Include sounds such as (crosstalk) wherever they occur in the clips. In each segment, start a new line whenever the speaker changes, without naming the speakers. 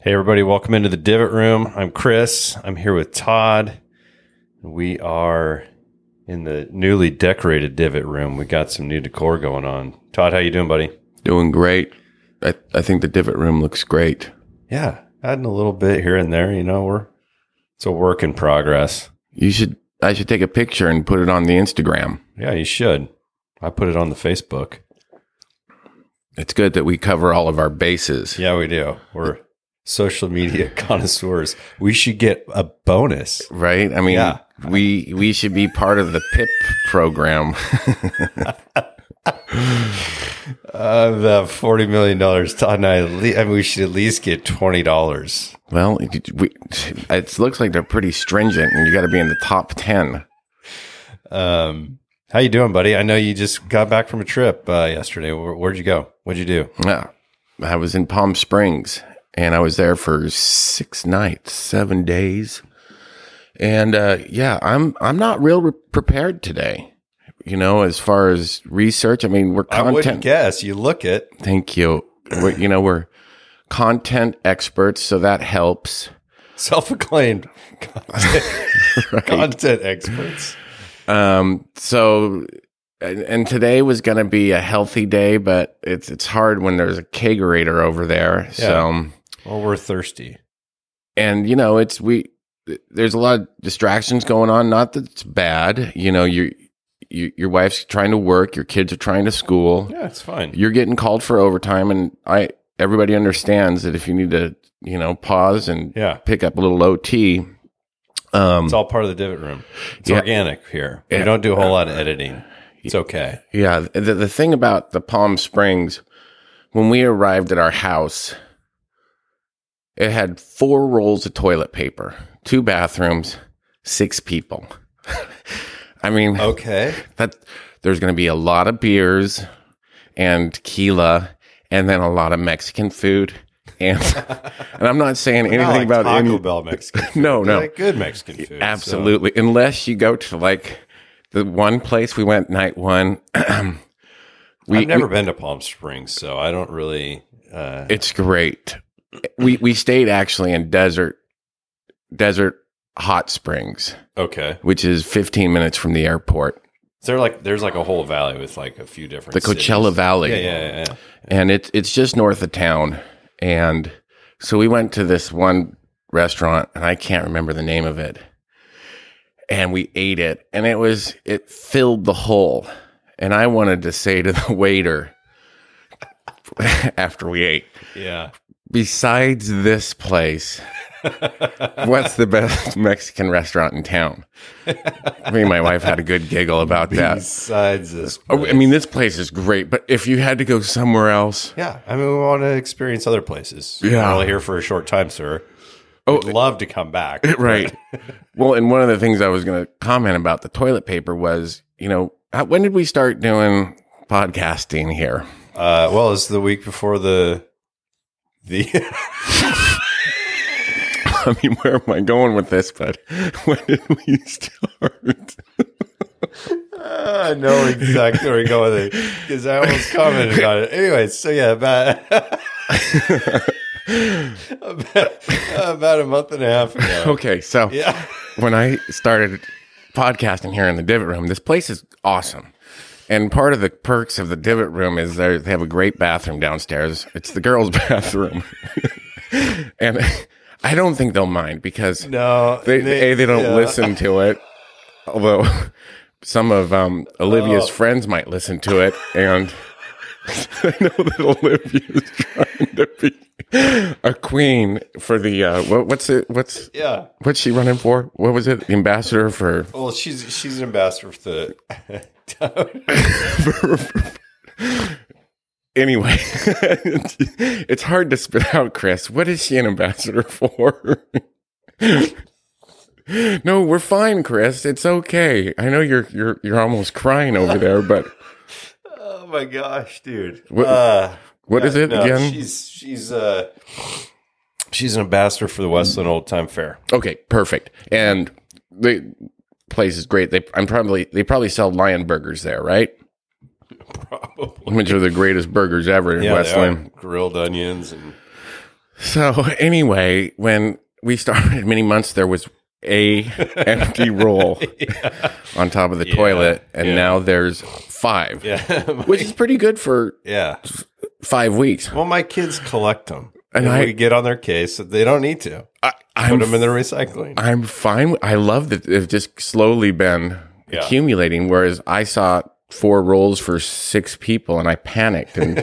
Hey, everybody, welcome into the Divot Room. I'm Chris. I'm here with Todd. We are in the newly decorated Divot Room. We got some new decor going on. Todd, how you doing, buddy?
Doing great. I, I think the divot room looks great.
Yeah, adding a little bit here and there. You know, we're it's a work in progress.
You should I should take a picture and put it on the Instagram.
Yeah, you should. I put it on the Facebook.
It's good that we cover all of our bases.
Yeah, we do. We're social media (laughs) connoisseurs. We should get a bonus.
Right? I mean,
Yeah.
we we should be part of the PIP program. (laughs)
Uh, the forty million dollars, Todd and I. at le- I mean, we should at least get twenty dollars.
well, it, we, it looks like they're pretty stringent and you got to be in the top 10.
Um, how you doing, buddy? I know you just got back from a trip uh, yesterday. Where, where'd you go? What'd you do?
Yeah. I was in Palm Springs and I was there for six nights, seven days. And uh, yeah, I'm I'm not real re- prepared today. You know, as far as research, I mean, we're
I wouldn't
content.
guess. You look it. (laughs)
thank you. We're, you know, we're content experts, so that helps.
Self-acclaimed
(laughs)
content, content experts.
Um, so, and, and today was going to be a healthy day, but it's it's hard when there's a kegerator over there. So. um,
Well, we're thirsty.
and you know it's we there's a lot of distractions going on not that it's bad you know you, you your wife's trying to work your kids are trying to school
Yeah, it's fine.
you're getting called for overtime and i everybody understands that if you need to you know pause and
Yeah,
pick up a little ot um
it's all part of the divot room. It's
Yeah.
organic here. We
Yeah.
don't do a whole lot of editing. It's okay.
Yeah, the, the thing about the Palm Springs, when we arrived at our house, it had four rolls of toilet paper, two bathrooms, six people. (laughs) I mean,
Okay.
that there's going to be a lot of beers and tequila, and then a lot of Mexican food, (laughs) and and I'm not saying (laughs) anything
Not like
about
Taco
any.
Bell Mexican. food.
(laughs) No,
They're
no.
like good Mexican food. so-
Absolutely. Unless you go to like the one place we went night one. (clears throat)
I've never been to Palm Springs, so I don't really. Uh,
It's great. We we stayed actually in desert desert hot springs,
okay.
which is 15 minutes from the airport,
Is there like there's like a whole valley with like a few different
the Coachella
cities?
Valley,
Yeah, yeah, yeah.
and it's it's just north of town. And so we went to this one restaurant, and I can't remember the name of it. And we ate it, and it was it filled the hole. And I wanted to say to the waiter (laughs) after we ate,
Yeah.
besides this place, what's the best (laughs) Mexican restaurant in town? Me and my wife had a good giggle about that.
Besides this,
Oh, I mean, this place is great, but if you had to go somewhere else,
yeah. I mean, we want to experience other places.
Yeah.
we're only here for a short time, sir. Oh, We'd love to come back.
right? well, and one of the things I was going to comment about the toilet paper was, you know, how, when did we start doing podcasting here? (laughs)
Uh, well, it's the week before the the. (laughs)
I mean, where am I going with this? But (laughs) when did we start?
I know exactly where you're going with it because I almost commented about it. Anyway, so yeah, about (laughs) about, about a month and a half
(laughs)
ago.
okay, so
Yeah.
when I started podcasting here in the Divot Room, this place is awesome. And part of the perks of the Divot Room is they they have a great bathroom downstairs. It's the girls' (laughs) bathroom, and I don't think they'll mind because
No,
they, a they don't
yeah.
listen to it. Although some of um, Olivia's friends might listen to it, and (laughs) I know that Olivia's (laughs) trying to be a queen for the uh, what, what's it? What's
Yeah.
What's she running for? What was it? The ambassador for
Well, she's she's an ambassador for the. (laughs)
anyway. (laughs) it's hard to spit out, Chris. What is she an ambassador for? (laughs) no, we're fine, Chris. It's okay. I know you're you're you're almost crying over there, but
oh my gosh, dude!
What-
uh,
what is it
no,
again?
She's she's uh she's an ambassador for the Westland Old Time Fair.
Okay, perfect. And the place is great. They I'm probably they probably sell lion burgers
(laughs)
there, right?
Probably.
Which are the greatest burgers ever in
Yeah, they are.
Westland.
grilled onions and (laughs)
So (laughs) anyway, when we started (laughs) many months, there was
(laughs)
a empty roll on top of the toilet, and
yeah.
now there's five,
Yeah. My-
which is pretty good for
yeah.
five weeks.
Well, my kids collect them.
And
And,
I-
we get on their case that they don't need to.
I,
Put
I'm
them in the recycling. (laughs)
I'm fine. with- I love that they've just slowly been
Yeah.
accumulating. Whereas I saw four rolls for six people, and I
(laughs)
panicked and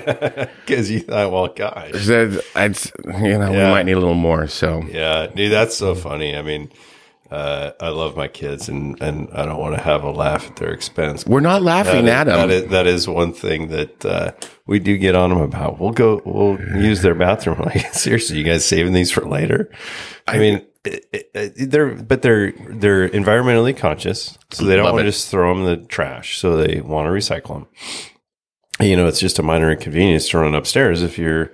Because you thought, well, gosh.
said, "I'd s- you know we
Yeah.
might need a little more." So
Yeah, dude, that's so funny. I mean, uh, I love my kids, and and I don't want to have a laugh at their expense.
we're not laughing
That is-
at them.
That is, that is one thing that uh, we do get on them about. We'll go. We'll use their bathroom. (laughs) Like seriously, you guys saving these for later? I mean, it, it, it- they're but they're they're environmentally conscious, so they don't
Love
want to
it.
just throw them in the trash. So they want to recycle them. You know, it's just a minor inconvenience to run upstairs if you're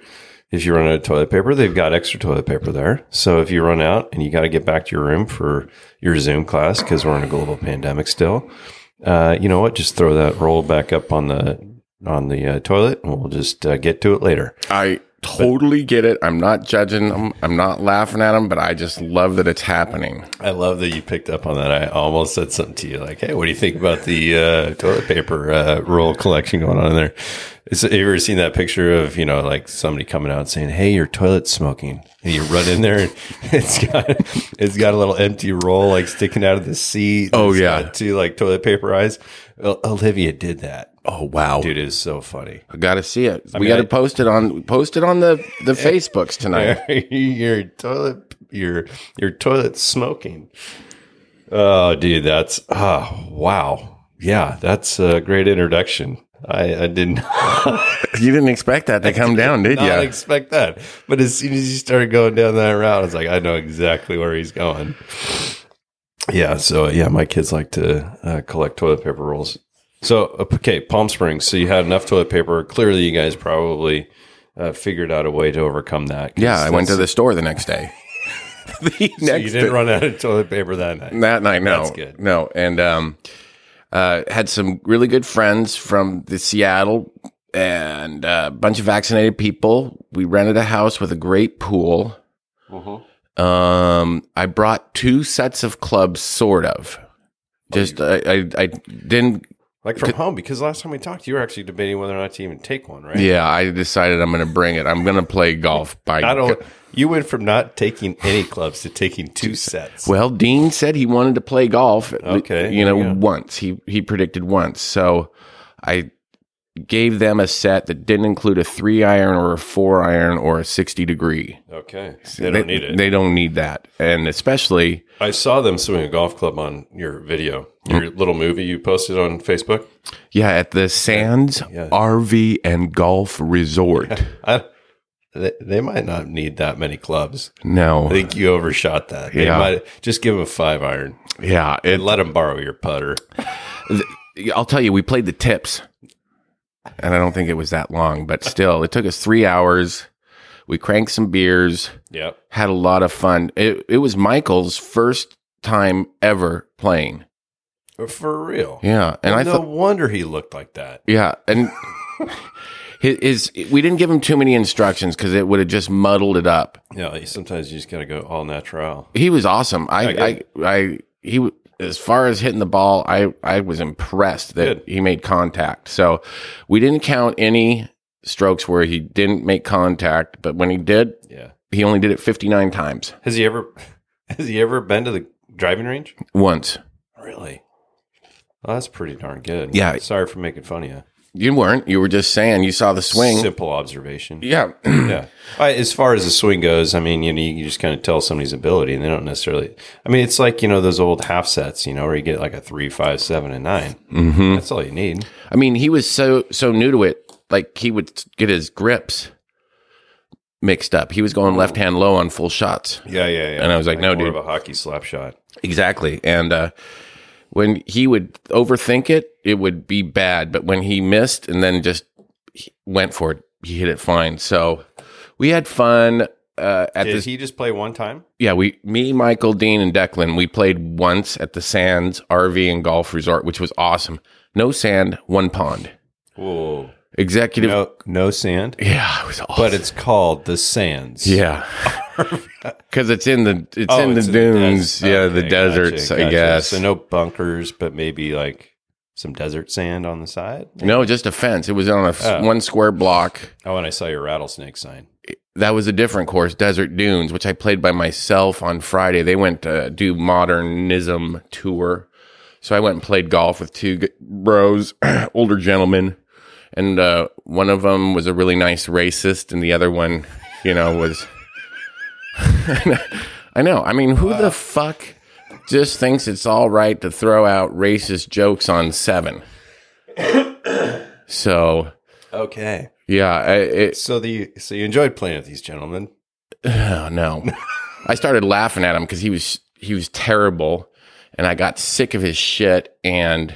if you run out of toilet paper, they've got extra toilet paper there. So if you run out and you got to get back to your room for your Zoom class because we're in a global pandemic still, uh, you know what? Just throw that roll back up on the on the uh, toilet, and we'll just uh, get to it later.
I totally get it. I'm not judging them. I'm not laughing at them, but I just love that it's happening.
I love that you picked up on that. I almost said something to you like, "Hey, what do you think about the uh, toilet paper uh, roll collection going on in there?" Is, have you ever seen that picture of you know like somebody coming out saying, "Hey, your toilet's smoking," and you run in there and (laughs) it's got it's got a little empty roll like sticking out of the seat.
Oh,
It's
yeah.
got two like toilet paper eyes. Well, Olivia did that.
Oh wow,
Dude it is so funny.
I gotta see it. we
mean,
gotta
I-
post it on post it on the
(laughs)
the Facebooks tonight.
your toilet your your toilet smoking oh dude that's oh wow yeah that's a great introduction i i did (laughs) not,
You didn't expect that to come down, did
not
you?
expect that but as soon as you started going down that route i was like i know exactly where he's going yeah so yeah my kids like to uh, collect toilet paper rolls so okay palm springs so you had enough toilet paper clearly you guys probably uh, figured out a way to overcome that 'cause
yeah, I went
that's-
to the store the
(laughs)
next day. the (laughs) next
So you didn't run out of toilet paper that night.
that night. No,
That's good.
No, and um, uh, had some really good friends from the Seattle and uh, a bunch of vaccinated people. We rented a house with a great pool.
Mm-hmm.
Um, I brought two sets of clubs, sort of.
Oh,
Just I, I, I
(laughs)
didn't.
Like from home, because last time we talked, you were actually debating whether or not to even take one, right?
Yeah, I decided I'm going to bring it. I'm going to play golf by.
I don't. You went from not taking any clubs to taking two sets.
Well, Dean said he wanted to play golf. at le-
Okay,
you know,
there you go.
once he he predicted once. So I gave them a set that didn't include a three iron or a four iron or a sixty degree.
Okay, they don't need it.
They don't need that, and especially
I saw them swing a golf club on your video, your little movie you posted on Facebook.
yeah at the Sands
Yeah.
RV and
(laughs)
Golf Resort.
I, they, they might not need that many clubs.
no,
I think you overshot that. They
Yeah.
might just give them a five iron
yeah, it,
and let them borrow your putter.
I'll tell you, we played the tips, and I don't think it was that long, but still, it took us three hours. We cranked some beers.
Yep.
had a lot of fun. It, it was Michael's first time ever playing.
For real.
Yeah, and I
no
thought,
wonder he looked like that.
yeah, (laughs) and his, his we didn't give him too many instructions because it would have just muddled it up.
Yeah, you- sometimes you just gotta go all natural.
He was awesome.
I
I, I, I, he w- as far as hitting the ball, I, I was impressed that
Good.
he made contact. So we didn't count any strokes where he didn't make contact, but when he did,
Yeah.
he only did it fifty nine times.
Has he ever? (laughs) Has he ever been to the driving range?
Once
Really? Well, that's pretty darn good.
Yeah.
Sorry for making fun of you.
you weren't. You were just saying you saw the swing.
Simple observation. (clears throat)
Yeah.
Yeah. I, as far as the swing goes, I mean, you know, you just kind of tell somebody's ability, and they don't necessarily. I mean, it's like you know those old half sets, you know, where you get like a three, five, seven, and 9 Mm-hmm. That's all you need.
I mean, he was so so new to it. Like he would get his grips mixed up. He was going left hand low on full shots.
Yeah, yeah, yeah.
And I was like, no,
more
dude.
of a hockey slap shot.
Exactly. And uh, when he would overthink it, it would be bad. But when he missed and then just he went for it, he hit it fine. So we had fun uh, at
Did
this.
he just play one time?
yeah, we, me, Michael, Dean, and Declan, we played once at the Sands RV and Golf Resort, which was awesome. No sand, one pond.
Whoa.
Executive.
No, no sand,
Yeah, it was awesome.
but it's called the Sands.
yeah,
(laughs)
because it's in the it's
Oh,
in the
it's
dunes.
des-
yeah,
okay,
the
gotcha,
deserts. I
gotcha.
guess.
So no bunkers, but maybe like some desert sand on the side.
no, just a fence. It was on a f-
Oh.
one square block.
Oh, and I saw your rattlesnake sign.
that was a different course, Desert Dunes, which I played by myself on Friday. They went to do modernism tour. So I went and played golf with two g- bros, (clears throat) older gentlemen. And uh, one of them was a really nice racist, and the other one, you know, was. (laughs) I know. I mean, who the fuck just thinks it's all right to throw out racist jokes on seven? (coughs) so,
Okay.
yeah, I, it,
So the so you enjoyed playing with these gentlemen.
Oh no! (laughs) I started laughing at him because he was he was terrible, and I got sick of his shit. And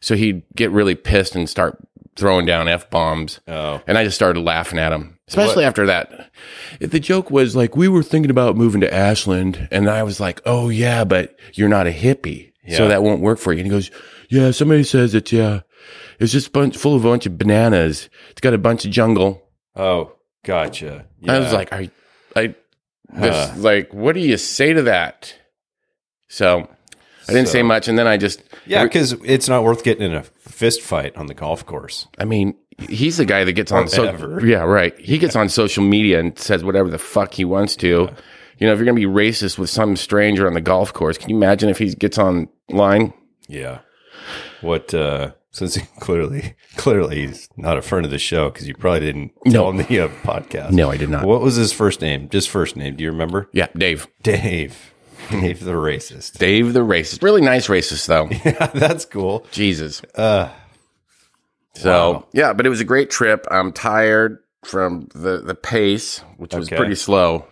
so he'd get really pissed and start throwing down f bombs,
Oh,
and I just started laughing at him. Especially after that, If the joke was like we were thinking about moving to Ashland, and I was like, "Oh yeah, but you're not a hippie, so
Yeah.
that won't work for you." And he goes, "Yeah, somebody says it. Yeah, it's just bunch full of a bunch of bananas. It's got a bunch of jungle."
oh, gotcha.
I
Yeah.
was like, I, I,
Huh.
this, like, what do you say to that? So I didn't
So-
say much, and then I just,
yeah, because it's not worth getting in a fist fight on the golf course.
I mean, he's the guy that gets on so,
Whatever. (laughs)
yeah, right. He gets on social media and says whatever the fuck he wants to. You know, if you're gonna be racist with some stranger on the golf course, can you imagine if he gets online?
Yeah. What? uh Since he (laughs) clearly, clearly he's not a friend of the show because you probably didn't
No.
tell me a podcast.
No, I did not.
What was his first name? Just first name. Do you remember?
Yeah, Dave.
Dave. Dave the (laughs) racist.
Dave the racist. Really nice racist though.
That's cool.
Jesus. so yeah, but it was a great trip. I'm tired from the the pace, which was
Okay.
pretty slow,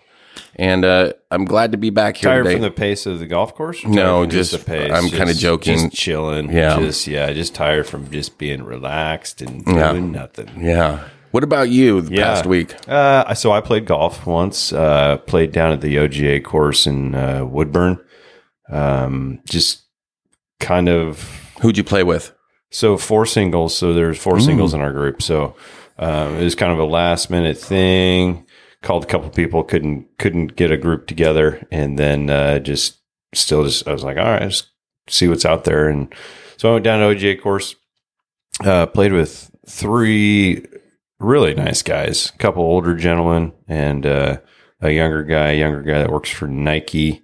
and uh, I'm glad to be back here
Tired
today.
from the pace of the golf course? Or
No,
tired from
just- I'm kinda
just-
joking.
Just chilling.
Yeah.
Just yeah, just tired from just being relaxed and
Yeah.
doing nothing.
yeah. What about you? The past week?
Uh, I- so I played golf once. Uh, played down at the OGA course in uh, Woodburn. Um, just kind of
Who'd you play with?
So four singles. So there's four singles in our group. So um, it was kind of a last minute thing. Called a couple people. Couldn't couldn't get a group together, and then uh, just still just I was like, all right, just see what's out there. And so I went down to OGA course. Uh, played with three really nice guys, a couple older gentlemen, and uh, a younger guy. Younger guy that works for Nike,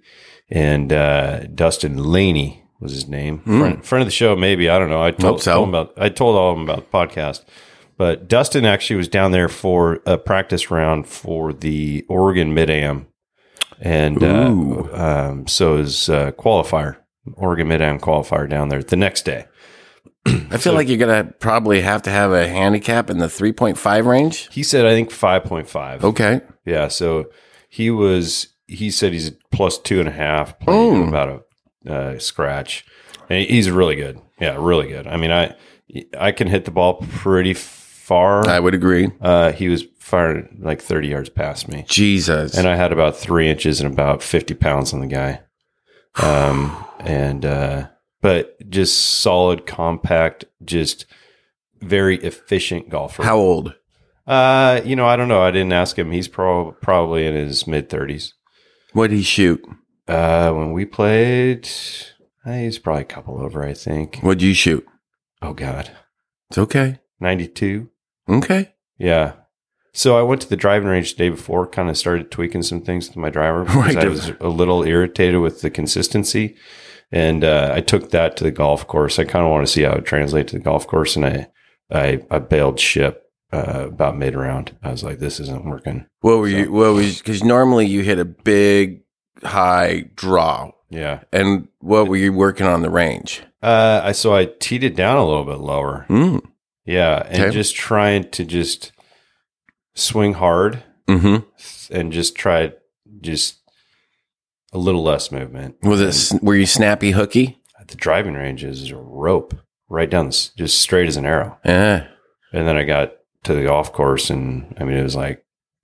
and uh, Dustin Laney was his name. Friend, friend of the show, maybe I don't know. I told,
Hmm. Hope so.
told him about I told all of them about the podcast. But Dustin actually was down there for a practice round for the Oregon Mid Am, and uh,
Ooh.
um, so is uh, qualifier Oregon Mid Am qualifier down there the next day.
I feel like you're gonna probably have to have a handicap in the 3.5 range.
He said I think five point five.
Okay.
Yeah, so he was. He said he's plus two and a half, playing
Oh.
about a uh, scratch, and he's really good. Yeah, really good. I mean, I I can hit the ball pretty far.
I would agree.
uh, he was firing like thirty yards past me,
Jesus.
and I had about three inches and about fifty pounds on the guy. Um, and uh, but just solid, compact, just very efficient golfer.
How old?
Uh, you know, I don't know. I didn't ask him. He's pro- probably in his mid thirties.
What did he shoot?
Uh, when we played, eh, he's probably a couple over. I think.
What'd you shoot?
Oh God,
It's okay.
ninety two.
Okay.
Yeah. So I went to the driving range the day before. Kind of started tweaking some things with my driver because
Right.
I was a little irritated with the consistency, and uh, I took that to the golf course. I kind of want to see how it translates to the golf course, and I I, I bailed ship. Uh, about mid round, I was like, "This isn't working."
What were you? What was? Because normally you hit a big, high draw.
Yeah,
And what were you working on the range?
Uh, I so I teed it down a little bit lower.
Mm.
Yeah, and
Okay.
just trying to just swing hard
Mm-hmm.
and just try just a little less movement.
Was it? s- Were you snappy hooky?
The driving range is a rope right down, this, just straight as an arrow.
Yeah.
And then I got to the golf course, and I mean it was like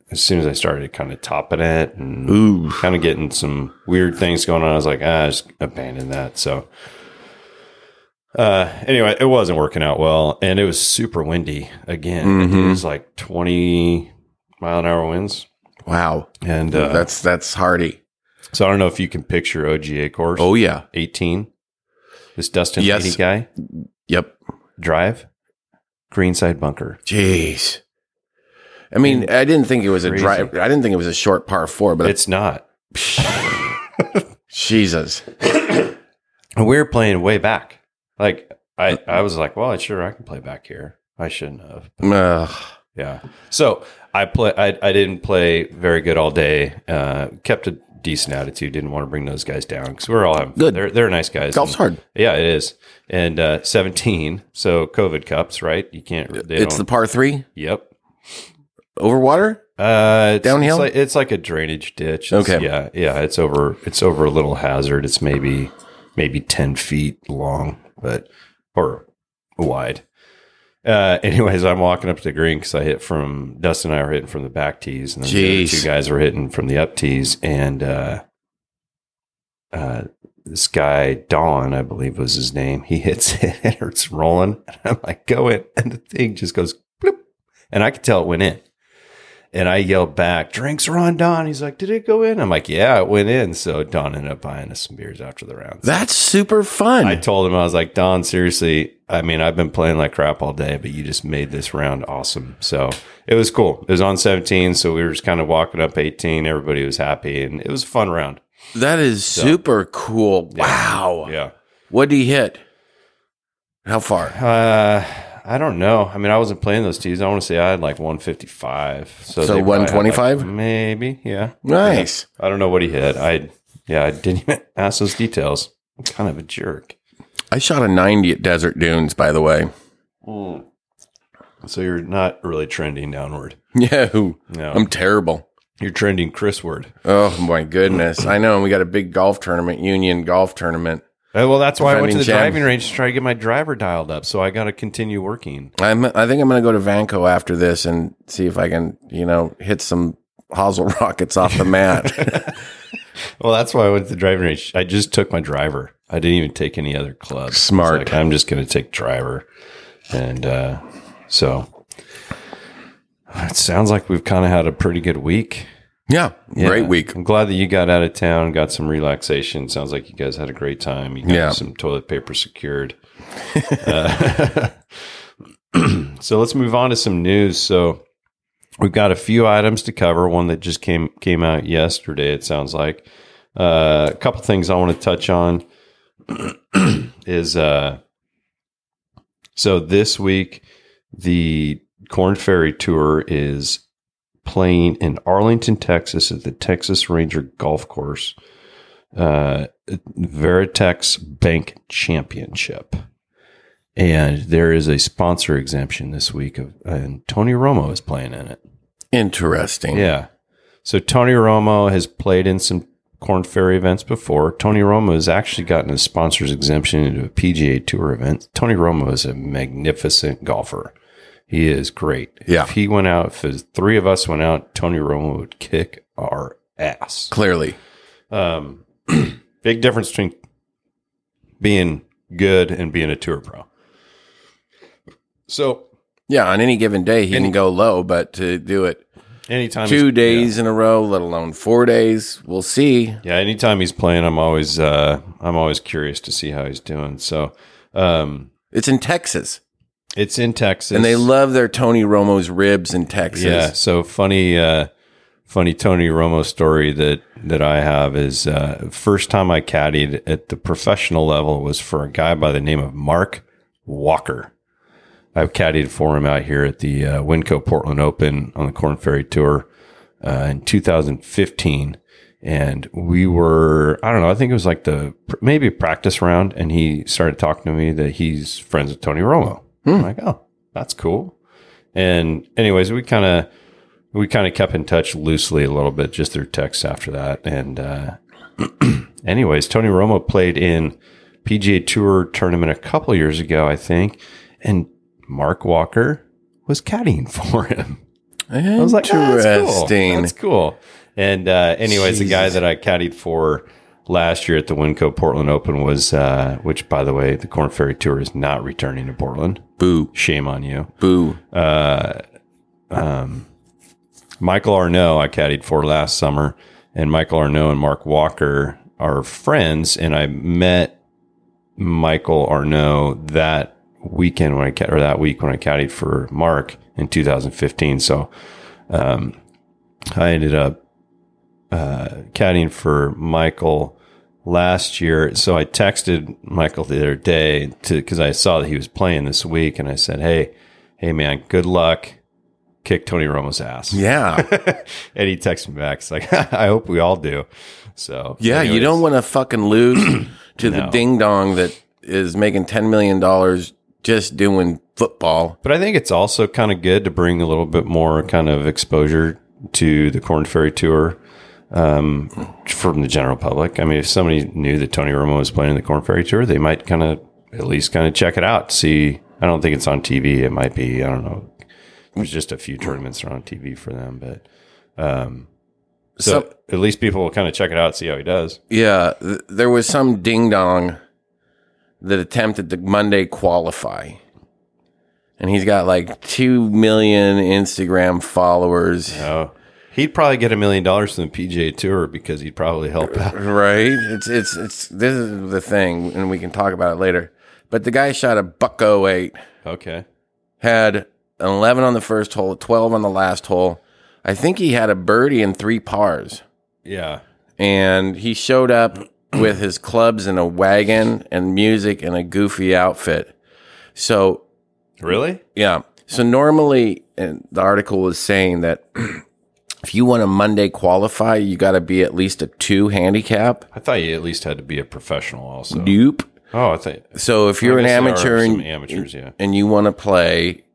as soon as I started kind of topping it and
Ooh.
kind of getting some weird things going on, I was like, ah, just abandon that. So Uh, anyway, it wasn't working out well, and it was super windy again. I think It
Mhm.
was like twenty mile an hour winds,
Wow,
and uh,
that's that's hardy.
so I don't know if you can picture OGA course
Oh yeah,
eighteen. This Dustin
Yes.
Feeney guy
yep.
drive greenside bunker.
Jeez. I mean, I didn't think it was
Crazy.
a drive. I didn't think it was a short par four, but
It's not.
Jesus.
And we were playing way back. Like I, I was like, well, I sure I can play back here. I shouldn't have.
Ugh.
Yeah. So I play. I, I didn't play very good all day. Uh, kept a decent attitude. Didn't want to bring those guys down because we're all having
Good.
They're they're nice guys.
Golf's
And-
hard.
Yeah, it is. And uh, seventeen. So COVID cups, right? You can't. They
It's the
don't,
par three
yep.
over water.
Uh, it's,
Downhill?
It's like, it's like a drainage ditch. It's-
Okay.
Yeah. Yeah. It's over. It's over a little hazard. It's maybe maybe ten feet long, but or wide. Uh, (laughs) anyways, I'm walking up to the green because I hit from Dustin and I were hitting from the back tees, and then the other
Jeez.
two guys were hitting from the up tees, and uh, uh, this guy Don, I believe was his name, he hits (laughs) it and it's rolling, (laughs) and I'm like, go in, and the thing just goes, bloop, and I could tell it went in. And I yelled back, drinks are on Don. He's like, did it go in? I'm like, yeah, it went in. So Don ended up buying us some beers after the round.
That's super fun.
I told him I was like, Don, seriously, I mean, I've been playing like crap all day, but you just made this round awesome. So it was cool. It was on 17, so we were just kind of walking up 18. Everybody was happy, and it was a fun round.
that is super cool. Wow.
Yeah.
What did he hit? How far?
Uh, I don't know. I mean, I wasn't playing those tees. I want to say I had like 155. So,
So
they probably had,
125?
like, maybe. Yeah.
Nice.
I don't know what he hit. I yeah, I didn't even (laughs) ask those details. I'm kind of a jerk.
I shot a 90 at Desert Dunes, by the way.
Hmm. So you're not really trending downward.
(laughs) Yeah.
No,
I'm terrible.
you're trending Chrisward.
Oh my goodness. I know. And we got a big golf tournament, union golf tournament.
Uh, well, that's why I went to
Defending
the
champ.
driving range to try to get my driver dialed up. So I got to continue working.
I'm, I think I'm going to go to Vanco after this and see if I can, you know, hit some hosel (laughs) rockets off
(laughs)
the mat. (laughs)
Well, that's why I went to the driving range. I just took my driver. I didn't even take any other clubs. It's
Smart.
like, I'm just going to take driver, and uh, so it sounds like we've kind of had a pretty good week.
yeah,
Yeah.
Great week.
I'm glad that you got out of town, got some relaxation. Sounds like you guys had a great time. You got
Yeah.
some toilet paper secured. uh, (clears throat) so let's move on to some news. So we've got a few items to cover. One that just came came out yesterday. It sounds like uh, a couple things I want to touch on (clears throat) is uh, so this week the Corn Ferry Tour is playing in Arlington, Texas at the Texas Ranger Golf Course uh, Veritex Bank Championship. And there is a sponsor exemption this week, of, and Tony Romo is playing in it.
Interesting.
Yeah. So Tony Romo has played in some Corn Ferry events before. Tony Romo has actually gotten a sponsor's exemption into a PGA Tour event. Tony Romo is a magnificent golfer. He is great.
Yeah.
If he went out, if the three of us went out, Tony Romo would kick our ass.
Clearly.
Um, big difference between being good and being a tour pro. So
Yeah. On any given day, he
Any-
can go low, but to do it
anytime he's-
two days in a row, let alone four days, we'll see.
Yeah, anytime he's playing, I'm always uh, I'm always curious to see how he's doing. So um,
It's in Texas.
it's in Texas,
And they love their Tony Romo's ribs in Texas.
yeah. So funny, uh, funny Tony Romo story that that I have is uh, first time I caddied at the professional level was for a guy by the name of Mark Walker. I've caddied for him out here at the uh, Winco Portland Open on the Corn Ferry Tour uh, in 2015. And we were, I don't know, I think it was like the maybe a practice round. And he started talking to me that he's friends with Tony Romo. I'm like, oh, that's cool. And anyways, we kind of we kind of kept in touch loosely a little bit just through text after that. And uh, (clears throat) anyways, Tony Romo played in PGA Tour tournament a couple years ago, I think, and Mark Walker was caddying (laughs) for him.
Interesting.
"Ah, I was like, "Oh, that's cool. That's cool. And uh, anyways, the guy that I caddied for last year at the Winco Portland Open was, uh, which by the way, the Corn Ferry Tour is not returning to Portland.
Boo.
Shame on you. (laughs)
Boo.
Michael Arnault, I caddied for last summer, and Michael Arnault and Mark Walker are friends, and I met Michael Arnault that weekend when I ca- or that week when I caddied for Mark in 2015. So um, I ended up uh, caddying for Michael last year. So I texted Michael the other day to because I saw that he was playing this week, and I said, "Hey, hey, man, good luck." Kick Tony Romo's ass.
Yeah.
(laughs) And he texts me back. It's like, (laughs) I hope we all do. So
Yeah, you
anyways,
don't want to fucking
(clears throat)
lose to the
No.
ding dong that is making ten million dollars just doing football.
But I think it's also kind of good to bring a little bit more kind of exposure to the Corn Ferry Tour um, from the general public. I mean, if somebody knew that Tony Romo was playing in the Corn Ferry Tour, they might kind of at least kind of check it out. See, I don't think it's on TV. It might be. I don't know. There's just a few tournaments that are on TV for them, but so,
So,
at least people will kind of check it out, see how he does.
yeah, th- there was some ding dong that attempted to Monday qualify, and he's got like two million Instagram followers.
Oh, he'd probably get a million dollars from the PGA Tour because he'd probably
(laughs)
help out.
Right? It's it's it's this is the thing, and we can talk about it later. But the guy shot a buck oh eight.
Okay.
had an 11 on the first hole, 12 on the last hole. I think he had a birdie and three pars.
Yeah.
And he showed up (clears throat) with his clubs and a wagon and music and a goofy outfit. So,
Really?
yeah. So, normally, and the article was saying that (clears throat) if you want to Monday qualify, you got to be at least a two handicap.
I thought you at least had to be a professional also.
Nope.
Oh, I think
So, if you're an
guess there are
amateur
some
and,
amateurs, yeah.
and you want to play,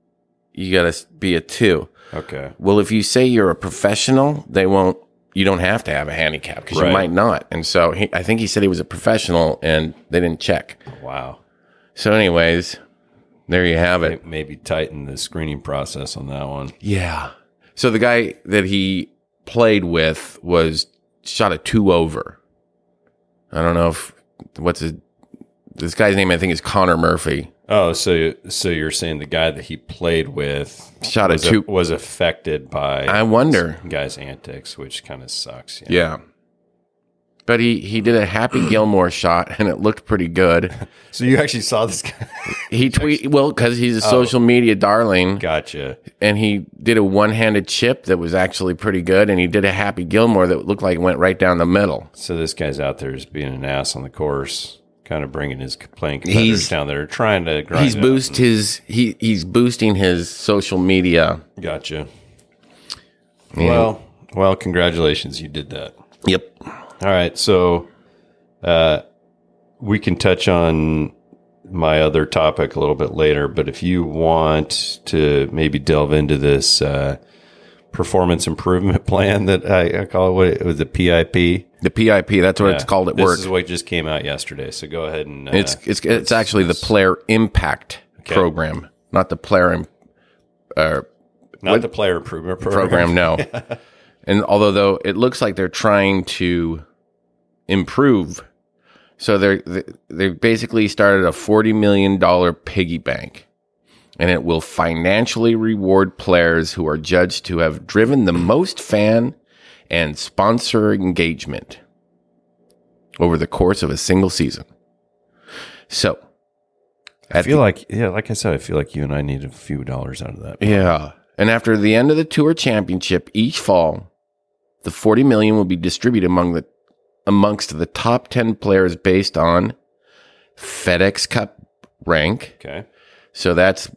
you got to be a two.
Okay.
Well, if you say you're a professional, they won't. You don't have to have a handicap because
Right.
you might not. And so he, I think he said he was a professional, and they didn't check.
Wow.
So, anyways, there you have it.
May- Maybe tighten the screening process on that one.
Yeah. So the guy that he played with was shot a two over. I don't know if what's his, this guy's name. I think is Connor Murphy.
Oh, so so you're saying the guy that he played with
Shot a
was, a-
two.
was affected by
I wonder.
guy's antics, which kind of sucks. Yeah.
Yeah. But he, he did a Happy Gilmore shot and it looked pretty good.
So you actually saw this guy? (laughs)
He tweet well because he's a social media darling,
gotcha.
and he did a one-handed chip that was actually pretty good, and he did a Happy Gilmore that looked like it went right down the middle.
So this guy's out there just being an ass on the course, kind of bringing his playing competitors
He's-
down there, trying to grind.
He's
it out.
boost his he he's boosting his social media.
Gotcha. Well, well, congratulations, you did that.
Yep.
All right, so uh, we can touch on my other topic a little bit later, but if you want to maybe delve into this uh, performance improvement (laughs) plan that I, I call it, what it was the PIP.
The PIP that's what it's called at
this
work.
is what just came out yesterday. So go ahead and uh,
it's it's it's actually the player impact program, not the player Im-
not the player improvement program. (laughs)
program. No. and although though it looks like they're trying to improve, so they're they- they basically started a forty million dollar piggy bank, and it will financially reward players who are judged to have driven the most fan and sponsor engagement over the course of a single season. So,
I feel like yeah, like I said, I feel like you and I need a few dollars out of that.
Yeah. And after the end of the tour championship each fall, the 40 million will be distributed among the amongst the top 10 players based on FedEx Cup rank.
Okay,
So that's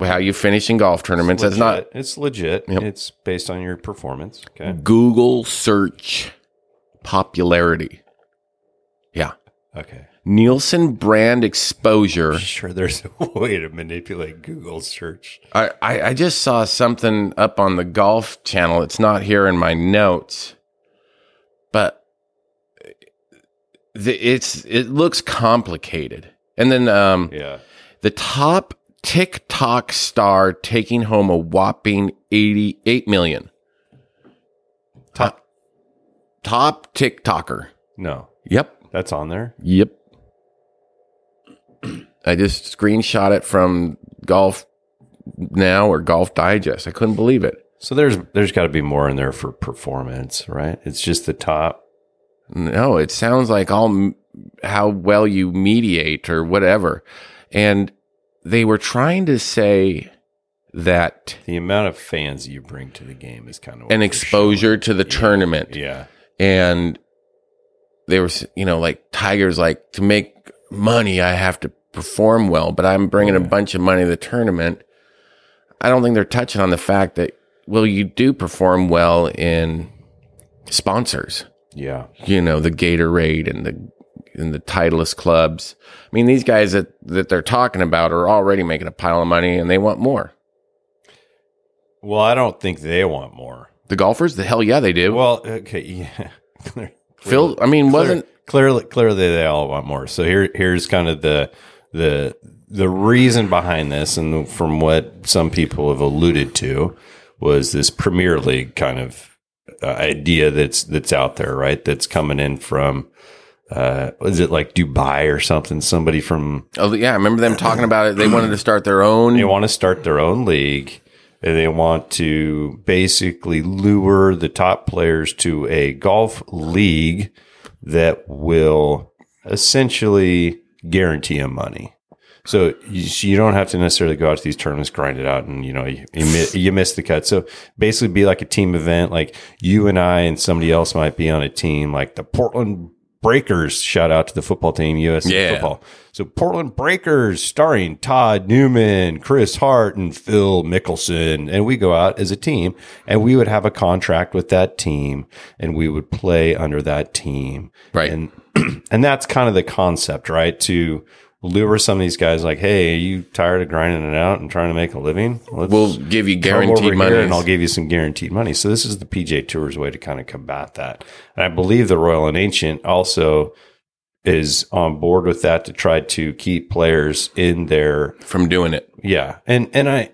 how you finish in golf tournaments. That's not
Legit. It's legit.
Yep.
It's based on your performance. Okay.
Google search popularity. Yeah.
Okay.
Nielsen brand exposure.
Mm-hmm. (laughs) Sure, there's a way to manipulate Google search.
I, I I just saw something up on the golf channel. It's not here in my notes, but the, it's it looks complicated. And then um,
Yeah.
the top TikTok star taking home a whopping eighty eight million. Uh,
Top-
top TikToker.
No.
Yep.
That's on there.
Yep. I just screenshot it from Golf Now or Golf Digest. I couldn't believe it.
So there's there's got to be more in there for performance, right? It's just the top.
No, it sounds like all m- how well you mediate or whatever. And they were trying to say that
The amount of fans you bring to the game is kind of
an exposure to the tournament
Yeah,
and they were you know like tigers like to make money i have to perform well but i'm bringing a bunch of money to the tournament i don't think they're touching on the fact that well you do perform well in sponsors
yeah.
you know the gatorade and the and the titleist clubs i mean these guys that that they're talking about are already making a pile of money and they want more
Well, I don't think they want more.
the golfers the hell yeah they do
Well, okay, (laughs) yeah. Clear-
phil i mean
clear-
wasn't
clearly clearly they all want more. So here here's kind of the the the reason behind this, and from what some people have alluded to, was this Premier League kind of uh, idea that's that's out there, right? That's coming in from uh, is it like Dubai or something? Somebody from
oh yeah i remember them talking about it they wanted to start their own
they want to start their own league and they want to basically lure the top players to a golf league that will essentially guarantee them money. So you, so you don't have to necessarily go out to these tournaments, grind it out, and you know you, you, mi- you miss the cut. So basically, be like a team event. Like you and I and somebody else might be on a team, like the Portland Breakers. Shout out to the football team, USC
Yeah.
football. So Portland Breakers, starring Todd Newman, Chris Hart, and Phil Mickelson, and we go out as a team, and we would have a contract with that team, and we would play under that team,
Right.
And (clears throat) and that's kind of the concept, right? To lure some of these guys, like, hey, are you tired of grinding it out and trying to make a living? Let's
We'll give you
come over
guaranteed
here
money.
and I'll give you some guaranteed money. So this is the PJ Tour's way to kind of combat that. And I believe the Royal and Ancient also is on board with that to try to keep players in their
from doing it.
yeah and and i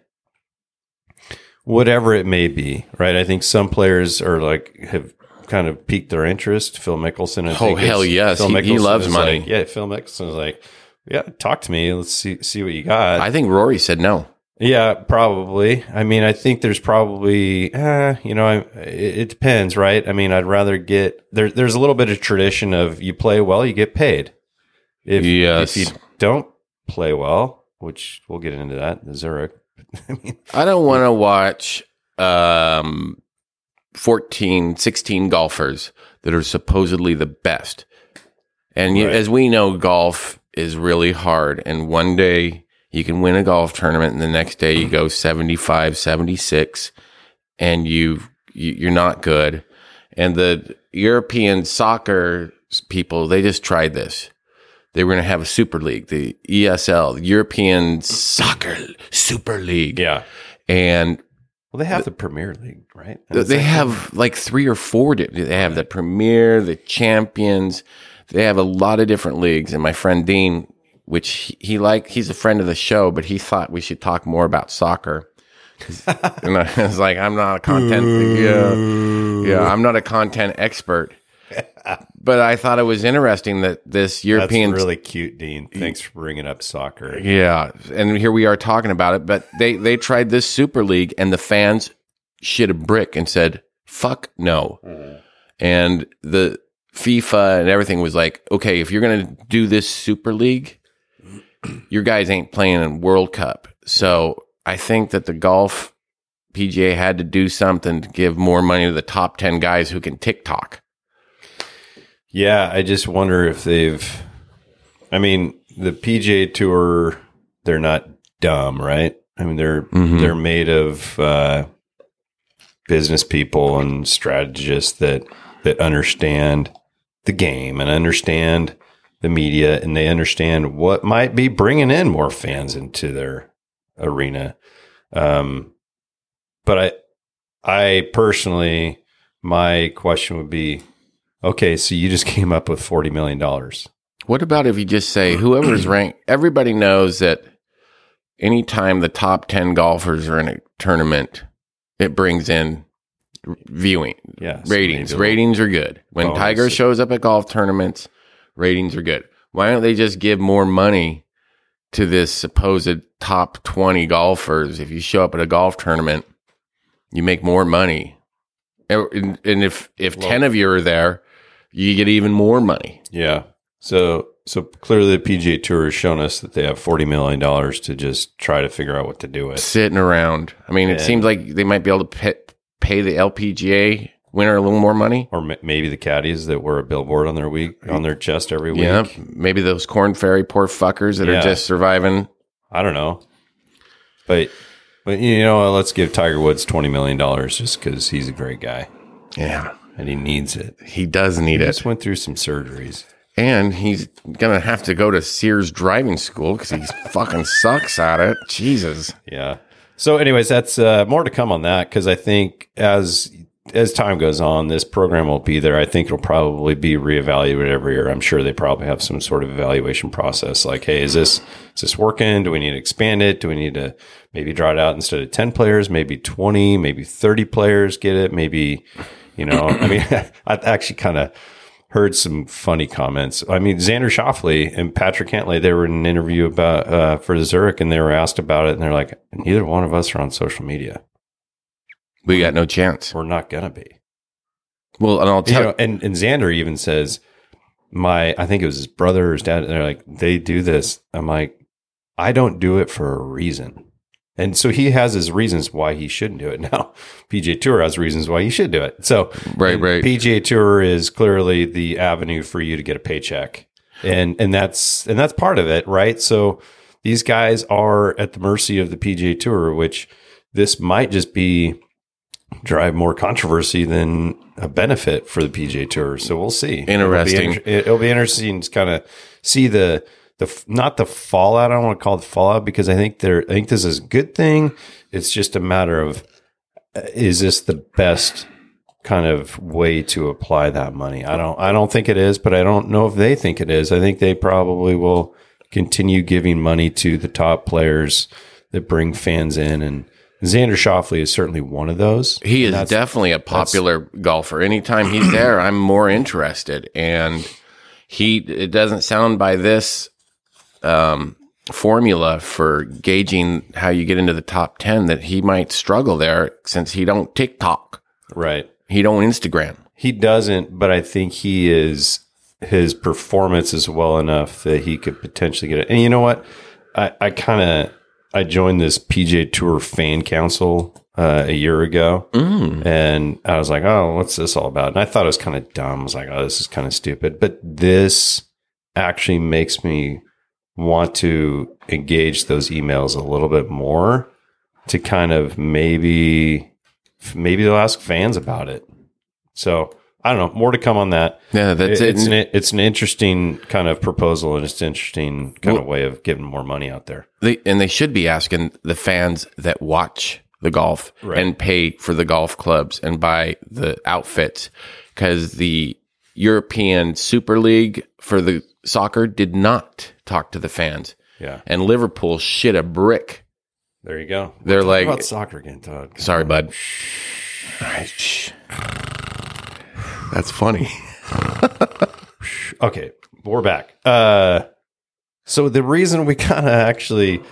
whatever it may be right i think some players are like have kind of piqued their interest phil mickelson I
Oh,
think
hell
is-
yes. He- he
Mickelson
loves
is
money.
like- yeah phil mickelson is like yeah talk to me let's see see what you got
I think Rory said no.
yeah, probably. I mean, I think there's probably, uh, you know, I, it, it depends, right? I mean, I'd rather get there. There's a little bit of tradition of you play well, you get paid. If,
Yes.
if you don't play well, which we'll get into that, Zurich. (laughs) I mean,
I don't want to watch um 14, 16 golfers that are supposedly the best. And you,
Right.
as we know, golf is really hard. And one day you can win a golf tournament, and the next day you go 75, 76, and you, you you're not good. And the European soccer people, they just tried this. They were going to have a super league, the ESL, the European Soccer Super League.
yeah.
And
Well, they have the, Premier League, right? And
th-
it's
they
like-
have like three or four. Di- they have the Premier, the Champions. They have a lot of different leagues. And my friend Dean, which he, he like, he's a friend of the show, but he thought we should talk more about soccer. 'Cause- (laughs) and I was like, I'm not a content. yeah, yeah, I'm not a content expert. But I thought it was interesting that this
that's
European
really cute, Dean. Thanks for bringing up soccer.
yeah, and here we are talking about it. But they they tried this Super League, and the fans shit a brick and said, "Fuck no." And the FIFA and everything was like, "Okay, if you're gonna do this Super League, your guys ain't playing in World Cup." So I think that the golf PGA had to do something to give more money to the top ten guys who can TikTok.
Yeah, I just wonder if they've. I mean, the PJ Tour, they're not dumb, right? I mean, they're
Mhm.
they're made of uh, business people and strategists that that understand the game and understand the media and they understand what might be bringing in more fans into their arena. Um, but I, I personally, my question would be, okay, so you just (laughs) came up with forty million dollars.
What about if you just say whoever's ranked? Everybody knows that anytime the top 10 golfers are in a tournament, it brings in r- viewing
Yeah, so
ratings.
maybe-
Ratings are good. When
Bonus.
Tiger shows up at golf tournaments, ratings are good. Why don't they just give more money to this supposed top 20 golfers? If you show up at a golf tournament, you make more money. And, and if, if
Well-
10 of you are there, you get even more money.
Yeah. So so clearly the PGA Tour has shown us that they have forty million dollars to just try to figure out what to do with.
Sitting around. I mean, it
Yeah.
seems like they might be able to pay, pay the LPGA winner a little more money.
Or m- maybe the caddies that wear a billboard on their week on their chest every week.
Yeah, maybe those corn fairy poor fuckers that
Yeah.
are just surviving.
I don't know, but but you know what? let's give Tiger Woods twenty million dollars just because he's a great guy
Yeah,
and he needs it.
he does need
He
it,
just went through some surgeries.
and he's gonna have to go to Sears driving school because he fucking sucks at it. Jesus,
Yeah. So, anyways, that's uh, more to come on that because I think as as time goes on, this program will be there. I think it'll probably be reevaluated every year. I'm sure they probably have some sort of evaluation process. Like, hey, is this is this working? Do we need to expand it? Do we need to maybe draw it out instead of ten players, maybe twenty, maybe thirty players get it? Maybe, you know, I mean, (laughs) I actually kind of heard some funny comments. I mean, Xander Shoffley and Patrick Cantley, they were in an interview about uh, for Zurich, and they were asked about it, and they're like, neither one of us are on social media.
we got no chance.
We're not gonna be.
Well, and I'll
You
tell
know, and and Xander even says, my I think it was his brother or his dad. They're like, they do this. I'm like, I don't do it for a reason. And so he has his reasons why he shouldn't do it. Now, (laughs) PJ Tour has reasons why he should do it. So
right,
And
right.
PGA Tour is clearly the avenue for you to get a paycheck, and and that's and that's part of it, right? So these guys are at the mercy of the PGA Tour, which this might just be drive more controversy than a benefit for the PGA Tour. So we'll see.
Interesting.
It'll be, inter- it'll be interesting to kind of see the. The, f- not the fallout. I don't want to call it fallout because I think there. I think this is a good thing. It's just a matter of uh, is this the best kind of way to apply that money. I don't I don't think it is, but I don't know if they think it is. I think they probably will continue giving money to the top players that bring fans in and Xander Shoffley is certainly one of those.
He is definitely a popular golfer. Anytime he's (clears throat) there, I'm more interested. And he it doesn't sound by this um, formula for gauging how you get into the top ten that he might struggle there since he don't TikTok,
Right.
he don't Instagram.
He doesn't, but I think he is his performance is well enough that he could potentially get it. And you know what? I, I kind of I joined this PJ Tour fan council uh, a year ago, and I was like, "Oh, what's this all about?" And I thought it was kind of dumb. I was like, "Oh, this is kind of stupid," but this actually makes me want to engage those emails a little bit more to kind of maybe maybe they'll ask fans about it. So I don't know. More to come on that.
Yeah, that's it.
it's an it's an interesting kind of proposal and it's an interesting kind of way of getting more money out there.
They, and they should be asking the fans that watch the golf
Right.
and pay for the golf clubs and buy the outfits because the European Super League for the soccer did not talk to the fans.
Yeah,
And Liverpool shit a brick.
there you go.
They're like,
How about soccer again, Todd?
sorry, bud. All right, shh. That's funny.
(laughs) Okay, we're back. Uh, so the reason we (laughs) kind of actually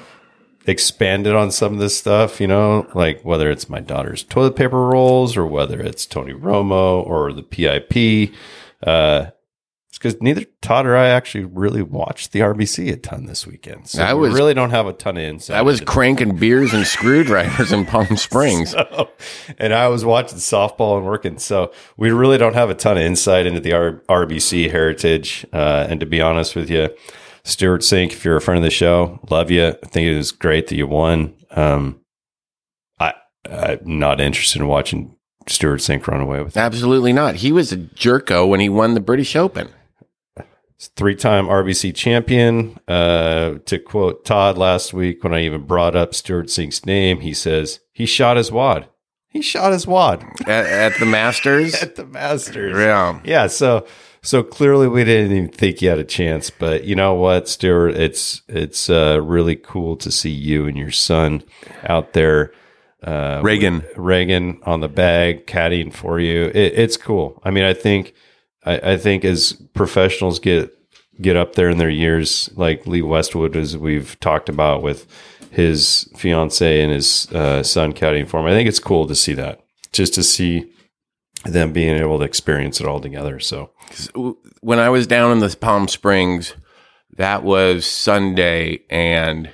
expanded on some of this stuff, you know, like whether it's my daughter's toilet paper rolls or whether it's Tony Romo or the PIP, uh, it's because neither Todd or I actually really watched the RBC a ton this weekend. So
I
I
was-
really don't have a ton of insight.
That was
into
cranking beers and screwdrivers in Palm
(laughs)
Springs.
so, and I was watching softball and working. So we really don't have a ton of insight into the R- RBC heritage. Uh, and to be honest with you, Stuart Sink, if you're a friend of the show, love you. I think it was great that you won. Um, I, I'm not interested in watching Stuart Sink run away with it.
Absolutely not. He was a jerko when he won the British Open.
Three time RBC champion. Uh, to quote Todd last week, when I even brought up Stuart Sink's name, he says, he shot his wad. He shot his wad
at, at the Masters.
(laughs) at the Masters.
yeah,
yeah so so clearly we didn't even think he had a chance but you know what stuart it's it's uh, really cool to see you and your son out there uh,
Reagan.
reagan on the bag caddying for you it, it's cool i mean i think I, I think as professionals get get up there in their years, like Lee Westwood, as we've talked about with his fiance and his uh, son caddying for him. I think it's cool to see that, just to see them being able to experience it all together. So
'Cause w- when I was down in the Palm Springs, that was Sunday, and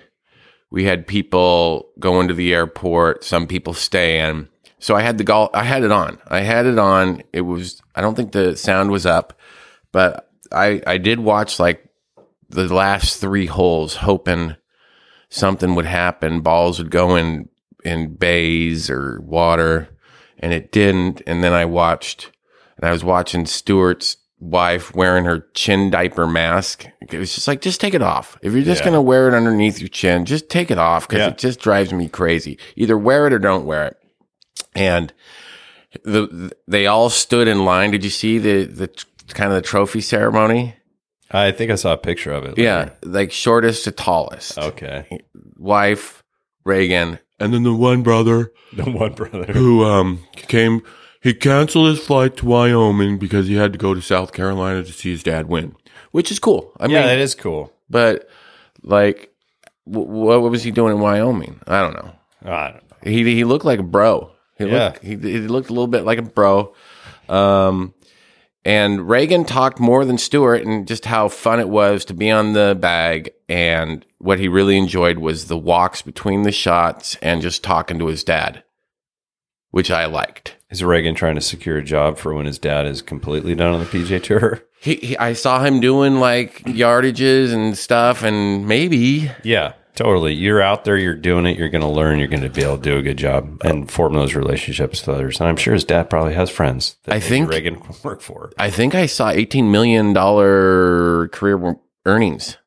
we had people going to the airport. Some people staying. So I had the golf. I had it on. I had it on. It was. I don't think the sound was up, but I I did watch like the last three holes, hoping something would happen. Balls would go in in bays or water, and it didn't. And then I watched and I was watching Stewart's wife wearing her chin diaper mask. It was just like, just take it off. If you're just
Yeah.
going to wear it underneath your chin, just take it off because
Yeah.
it just drives me crazy. Either wear it or don't wear it. And the they all stood in line. Did you see the the t- kind of the trophy ceremony?
I think I saw a picture of it.
Yeah, like shortest to tallest.
Okay. (laughs)
Wife Reagan, and then the one brother
The one brother.
who um came he canceled his flight to Wyoming because he had to go to South Carolina to see his dad win, which is cool. I
Yeah,
mean,
that is cool.
but like, w- what was he doing in Wyoming? I don't know.
I don't know.
He he looked like a bro. He
Yeah.
looked he, he looked a little bit like a bro. Um, and Reagan talked more than Stewart and just how fun it was to be on the bag and what he really enjoyed was the walks between the shots and just talking to his dad, which I liked.
Is Reagan trying to secure a job for when his dad is completely done on the PJ Tour? (laughs)
He, he I saw him doing like yardages and stuff and maybe
Yeah, totally. You're out there, you're doing it, you're going to learn, you're going to be able to do a good job and form those relationships with others. And I'm sure his dad probably has friends that
I
maybe
think-
Reagan (laughs) can work for
I think I saw 18 million dollar career earnings.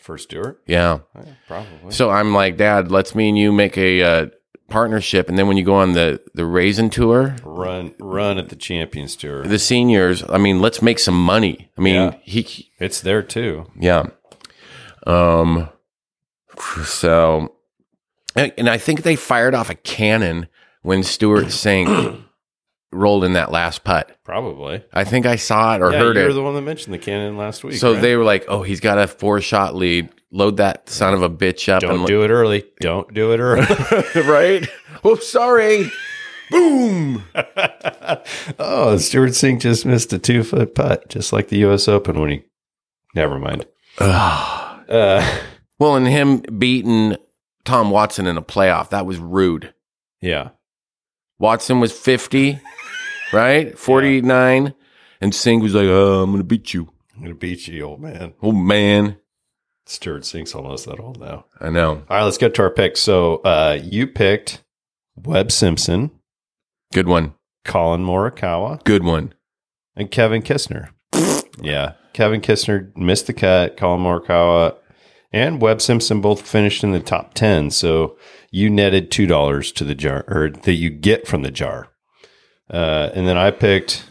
for Stewart.
Yeah.
Yeah, Probably.
So I'm like, Dad, let's me and you make a uh, partnership, and then when you go on the the raisin tour,
Run, run at the Champions Tour.
the seniors, I mean, let's make some money. I mean,
Yeah.
he,
It's there too.
yeah. Um, so, and and I think they fired off a cannon when Stewart Sink (clears throat) rolled in that last putt.
Probably.
I think I saw it or
yeah,
heard
you
it.
were the one that mentioned the cannon last week.
so
right?
they were like, "Oh, he's got a four shot lead. Load that son of a bitch up
don't
and (laughs)
do it early. Don't do it early.
right." Whoops, sorry. (sighs) Boom.
(laughs) oh, Stuart Sink just missed a two foot putt, just like the U.S. Open when he. Never mind. Uh, (laughs)
Well, and him beating Tom Watson in a playoff, that was rude.
yeah.
Watson was
(laughs)
50, right? 49. And Singh was like, oh, I'm going to beat you.
I'm going to beat you, old man.
Oh, man.
Stuart Sink's almost that old now.
I know.
All right, let's get to our picks. So uh, you picked Webb Simpson,
Good one.
Colin Morikawa,
Good one.
and Kevin Kistner. yeah, Kevin Kistner missed the cut. Colin Morikawa and Webb Simpson both finished in the top ten. So you netted two dollars to the jar, or that you get from the jar. Uh, and then I picked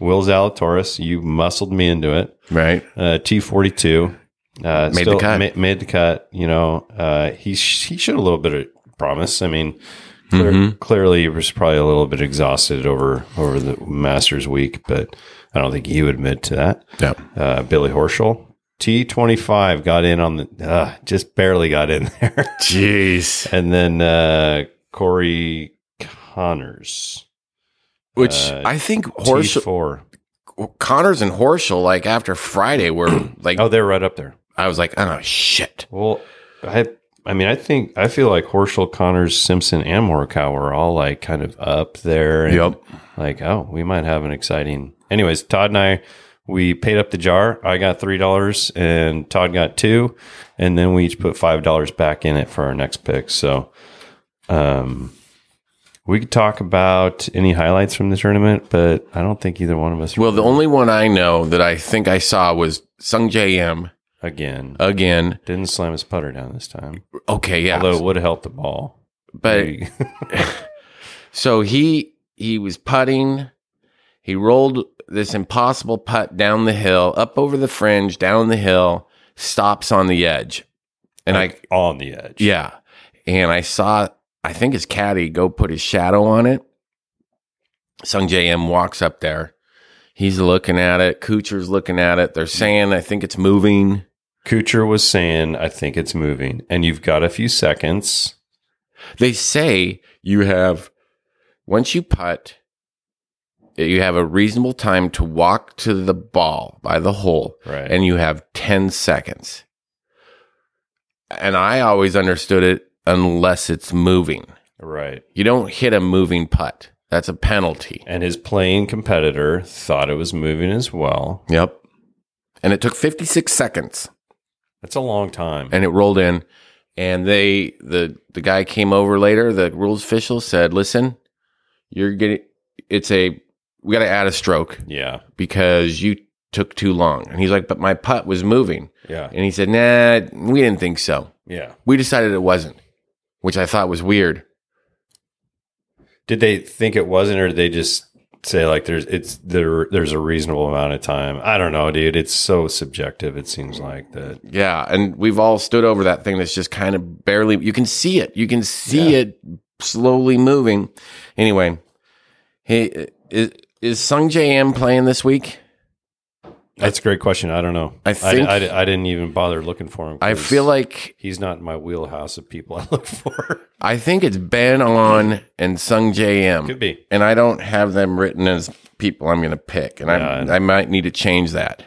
Will Zalatoris. You muscled me into it.
Right?
uh, T forty two. Made
the cut.
Ma- made the cut. You know, uh, he sh- he showed a little bit of promise. I mean, clear,
Mm-hmm.
clearly he was probably a little bit exhausted over over the Masters week, but I don't think he would admit to that.
Yeah.
Uh, Billy Horschel. T twenty five got in on the uh, just barely got in (laughs) there,
Jeez.
and then uh, Corey Connors
Which
Uh,
I think
T
Horschel,
four.
Connors and Horschel, like after Friday, were like,
Oh, they're right up there.
I was like, oh, shit.
Well, I I mean, I think I feel like Horschel, Connors, Simpson, and Morikawa are all like kind of up there. And Like, oh, we might have an exciting. Anyways, Todd and I, we paid up the jar. I got three dollars, and Todd got two, and then we each put five dollars back in it for our next pick. So, um. We could talk about any highlights from the tournament, but I don't think either one of us
Well, the only one I know that I think I saw was Sung J M
again
again.
didn't slam his putter down this time.
Okay, yeah.
Although it would have helped the ball.
but So he he was putting. He rolled this impossible putt down the hill, up over the fringe, down the hill, stops on the edge. And I
like on the edge.
yeah. And I saw I think his caddy go put his shadow on it. Sung J M walks up there. He's looking at it. Kuchar's looking at it. They're saying, I think it's moving.
Kucher was saying, I think it's moving, and you've got a few seconds.
They say you have, once you putt, you have a reasonable time to walk to the ball by the hole,
Right.
and you have 10 seconds. And I always understood it unless it's moving.
right.
You don't hit a moving putt, that's a penalty.
And his playing competitor thought it was moving as well.
Yep. And it took 56 seconds.
That's a long time.
and it rolled in and they the the guy came over later the rules official said listen you're getting it's a we got to add a stroke
yeah.
because you took too long and he's like but my putt was moving
Yeah.
and he said nah we didn't think so
Yeah.
we decided it wasn't which i thought was weird
Did they think it wasn't, or did they just say like there's it's there there's a reasonable amount of time? I don't know, dude. It's so subjective. It seems like that.
yeah and we've all stood over that thing that's just kind of barely you can see it you can see
Yeah.
it slowly moving anyway hey is is sung j m playing this week
That's a great question. I don't know.
I think-
I, I, I didn't even bother looking for him.
I
'cause
feel like
he's not in my wheelhouse of people I (laughs) look for.
I think it's Ben on and Sung
Could
JM,
be.
and I don't have them written as people I'm going to pick, and
Yeah.
I I might need to change that.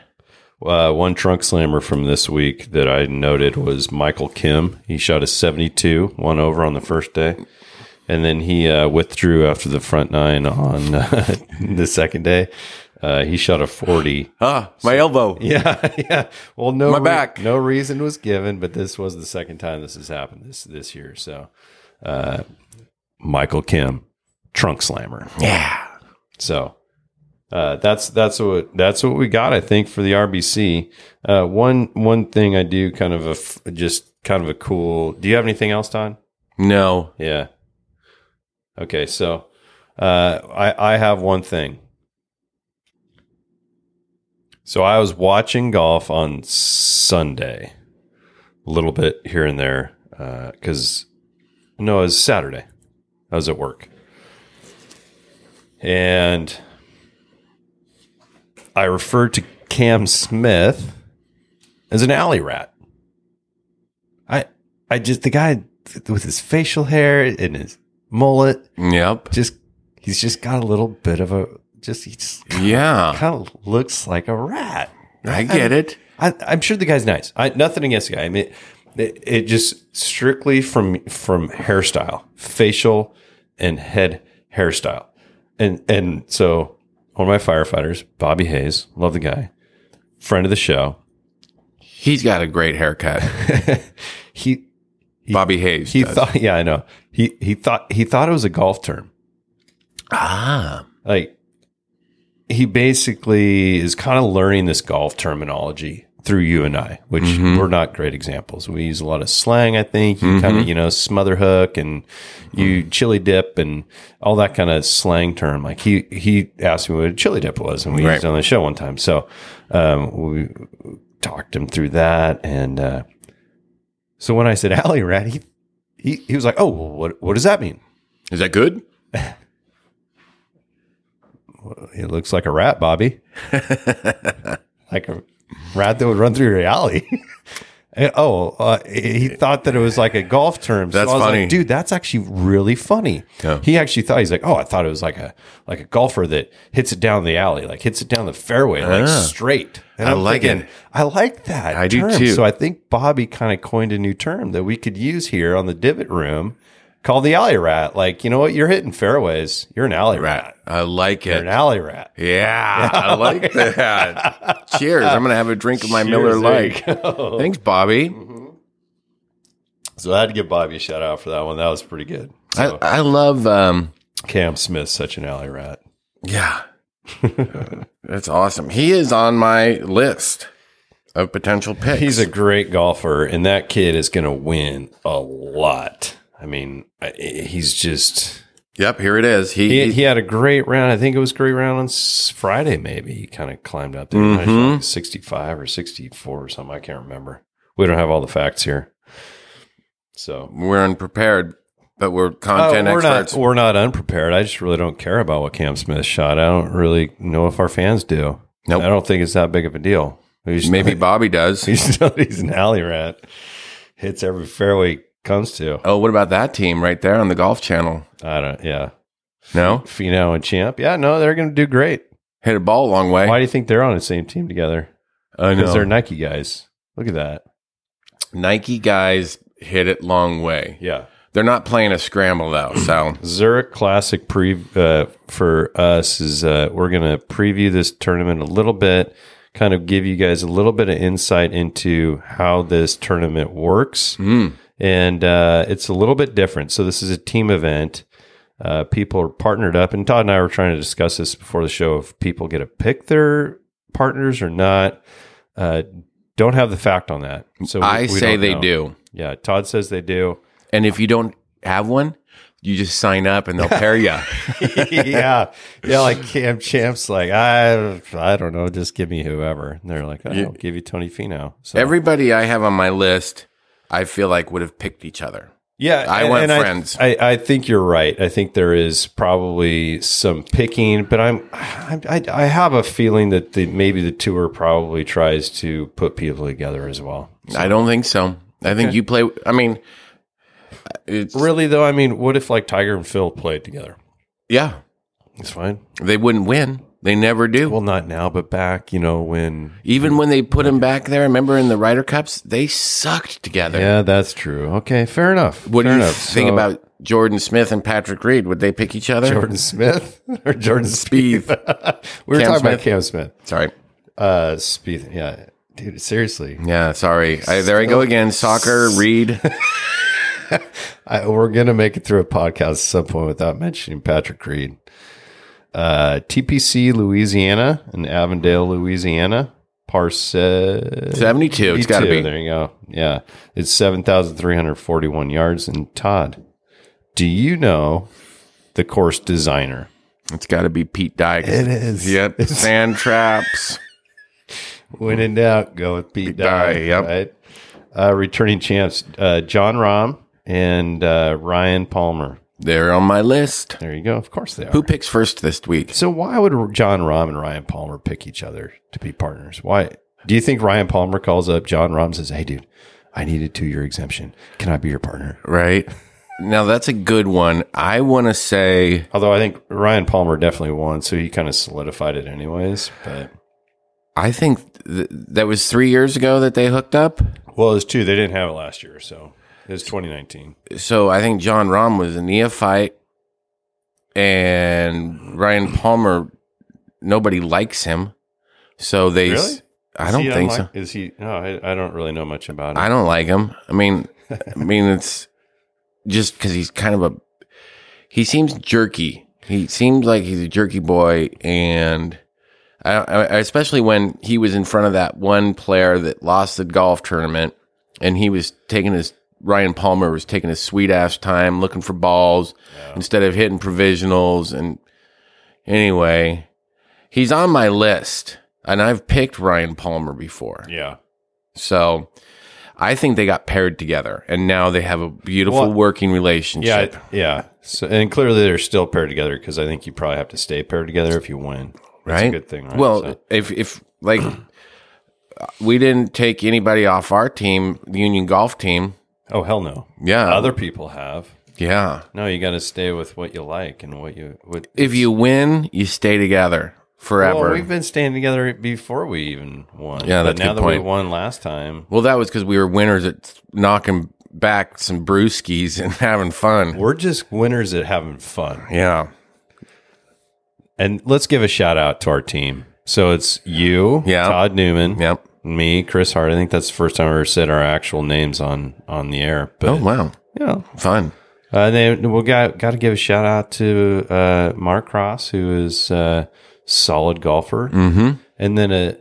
Uh, one trunk slammer from this week that I noted was Michael Kim. He shot a 72, one over on the first day. And then he uh, withdrew after the front nine on (laughs) uh, the second day. Uh, he shot a 40.
Ah, my elbow.
(laughs) Yeah, yeah. Well, no,
My back.
no reason was given, but this was the second time this has happened this this year. So, uh, Michael Kim, trunk slammer.
Yeah,
So uh, that's that's what that's what we got. I think for the RBC. Uh, one one thing I do kind of a f- just kind of a cool. Do you have anything else, Don?
no,
Yeah. Okay, so uh, I I have one thing. So I was watching golf on Sunday, a little bit here and there, because no, it was Saturday. I was at work, and I referred to Cam Smith as an alley rat. I I just the guy th- with his facial hair and his mullet
yep,
just he's just got a little bit of a just he just
yeah,
kind of looks like a rat. (laughs)
I get it.
I, I'm sure the guy's nice. I, nothing against the guy. I mean, it, it just strictly from from hairstyle, facial, and head hairstyle, and and so one of my firefighters, Bobby Hayes, love the guy, friend of the show. (laughs)
He's got a great haircut,
he
Bobby Hayes.
he
does.
thought, yeah, I know. He he thought he thought it was a golf term.
ah,
like he basically is kind of learning this golf terminology through you and I, which we're not great examples. We use a lot of slang, I think. You kind of, you know, smother hook and you chili dip and all that kind of slang term. Like he he asked me what a chili dip was, and we
Right.
used it on the show one time. So um, we talked him through that, and uh, so when I said alley rat, he he, he was like, "Oh, well, what what does that mean?"
is that good?
It looks like a rat,
(laughs)
Bobby. like a rat that would run through your alley. (laughs) And- oh, uh, he thought that it was like a golf term. So
That's
I was like,
funny.
dude. That's actually really funny.
Yeah.
He actually thought he's like, oh, I thought it was like a like a golfer that hits it down the alley, like hits it down the fairway, like
Ah.
straight. And
I like it.
I like that.
I do
term.
too.
So I think Bobby kind of coined a new term that we could use here on the divot room, called the alley rat. Like, you know what? You're hitting fairways. You're an alley rat.
Right, I like
You're an
it.
alley rat.
Yeah, I
(laughs)
like that. Cheers! I'm gonna have a drink of my Miller Lite. Thanks, Bobby.
So I had to give Bobby a shout out for that one. That was pretty good.
I, I love um,
Cam Smith's such an alley rat. (laughs)
Yeah. That's awesome. He is on my list of potential picks.
He's a great golfer, and that kid is going to win a lot. I mean, I- he's just.
Yep, here it is. He,
He,
he-
he had a great round. I think it was a great round on s- Friday, maybe. He kind of climbed up there. He shot like 65 or 64 or something. I can't remember. We don't have all the facts here. So,
we're unprepared. but we're
Oh,
content
we're
experts.
not we're not unprepared. I just really don't care about what Cam Smith shot. I don't really know if our fans do.
Nope.
I don't think it's that big of a deal. He's-
Maybe Bobby
(laughs)
does.
he's, he's an alley rat. Hits every fairway he comes to.
Oh, what about that team right there on the golf channel?
I don't. Yeah,
No,
Fino and Champ. Yeah, no, they're going to do great.
hit a ball a long way.
Why do you think they're on the same team together?
I
Because
know.
they're Nike guys. Look at that.
Nike guys hit it long way.
Yeah.
They're not playing a scramble though. So
Zurich Classic pre uh, for us is uh, we're going to preview this tournament a little bit, kind of give you guys a little bit of insight into how this tournament works,
mm,
and uh, it's a little bit different. So this is a team event. Uh, people are partnered up, and Todd and I were trying to discuss this before the show. If people get to pick their partners or not, uh, don't have the fact on that. So we-
I
we
say
don't
they
know.
do.
Yeah, Todd says they do.
And if you don't have one, you just sign up and they'll
(laughs)
pair you.
yeah, yeah. Like Cam Champ's, like I, I don't know. Just give me whoever. And they're like, oh, I'll give you Tony Fino. So
Everybody I have on my list, I feel like would have picked each other.
yeah,
I want friends.
I, I, think you're right. I think there is probably some picking, but I'm, I'm I, I have a feeling that the, maybe the tour probably tries to put people together as well.
I don't think so. I think you play. I mean, uh, it's
Really though, I mean, what if like Tiger and Phil played together?
yeah.
It's fine.
They wouldn't win. They never do.
Well, mm. not now, but back, you know, when.
Even when they put him back there, remember in the Ryder Cups, they sucked together.
Yeah, that's true. Okay, fair enough.
What do
fair
you
enough.
think
So-
about Jordan Smith and Patrick Reed? Would they pick each other?
Jordan Smith (laughs) or Jordan Spieth? (laughs)
Spieth.
we were
Cam
talking about
Smith.
Cam Smith.
Sorry.
Uh, Spieth, yeah, dude, seriously,
Yeah, sorry. I, there I go again. Soccer, Reed.
I, we're gonna make it through a podcast at some point without mentioning Patrick Reed. Uh, TPC Louisiana in Avondale, Louisiana, par se-
72. It's got to
72.
be.
There you go. Yeah, it's seven thousand three hundred forty-one yards. And Todd, do you know the course designer?
It's got to be Pete Dyke.
is.
Yep. Sand traps.
When in doubt, go with Pete Dye.
Dye, yep.
Right? Uh, returning champs uh, John Rahm and uh, Ryan Palmer.
They're on my list.
There you go. Of course they are.
Who picks first this week?
So why would John Rahm and Ryan Palmer pick each other to be partners? Why do you think Ryan Palmer calls up John Rahm and says, "Hey, dude, I need a two-year exemption. Can I be your partner?"
Right. Now that's a good one. I want to say
Although I think Ryan Palmer definitely won, so he kind of solidified it anyways. But
I think th- that was 3 years ago that they hooked up.
well, it's two. They didn't have it last year, so it was 2019.
So I think John Rahm was a neophyte and Ryan Palmer nobody likes him. So they s-
Really?
I don't think so.
Is he? No, I, I don't really know much about it.
I don't like him. I mean, I mean, it's just because he's kind of a. He seems jerky. He seems like he's a jerky boy, and I, I especially when he was in front of that one player that lost the golf tournament, and he was taking his Ryan Palmer was taking his sweet ass time looking for balls instead of hitting provisionals. And anyway, he's on my list, and I've picked Ryan Palmer before.
Yeah.
So I think they got paired together and now they have a beautiful
Well,
working relationship.
Yeah. it- Yeah. So, and clearly they're still paired together because I think you probably have to stay paired together if you win. That's
right?
a good thing, right?
Well,
So-
if if like (clears throat) we didn't take anybody off our team, the Union Golf team.
oh, hell no.
Yeah.
Other people have.
yeah.
No, you got to stay with what you like and what you would.
If you win, you stay together forever.
Well,
Well,
we've been staying together before we even won.
Yeah,
But
that's a
now
good
that
point.
we won last time,
that was because we were winners at knocking back some brewskis (laughs) and having fun.
we're just winners at having fun.
Yeah.
And let's give a shout out to our team. So it's you,
Yeah.
Todd Newman,
Yep.
me, Chris Hart. I think that's the first time I ever said our actual names on on the air. But
Oh wow.
you know,
Fun.
Uh, and then we got got to give a shout out to uh, Mark Cross, who is a solid golfer,
Mm-hmm.
and then a,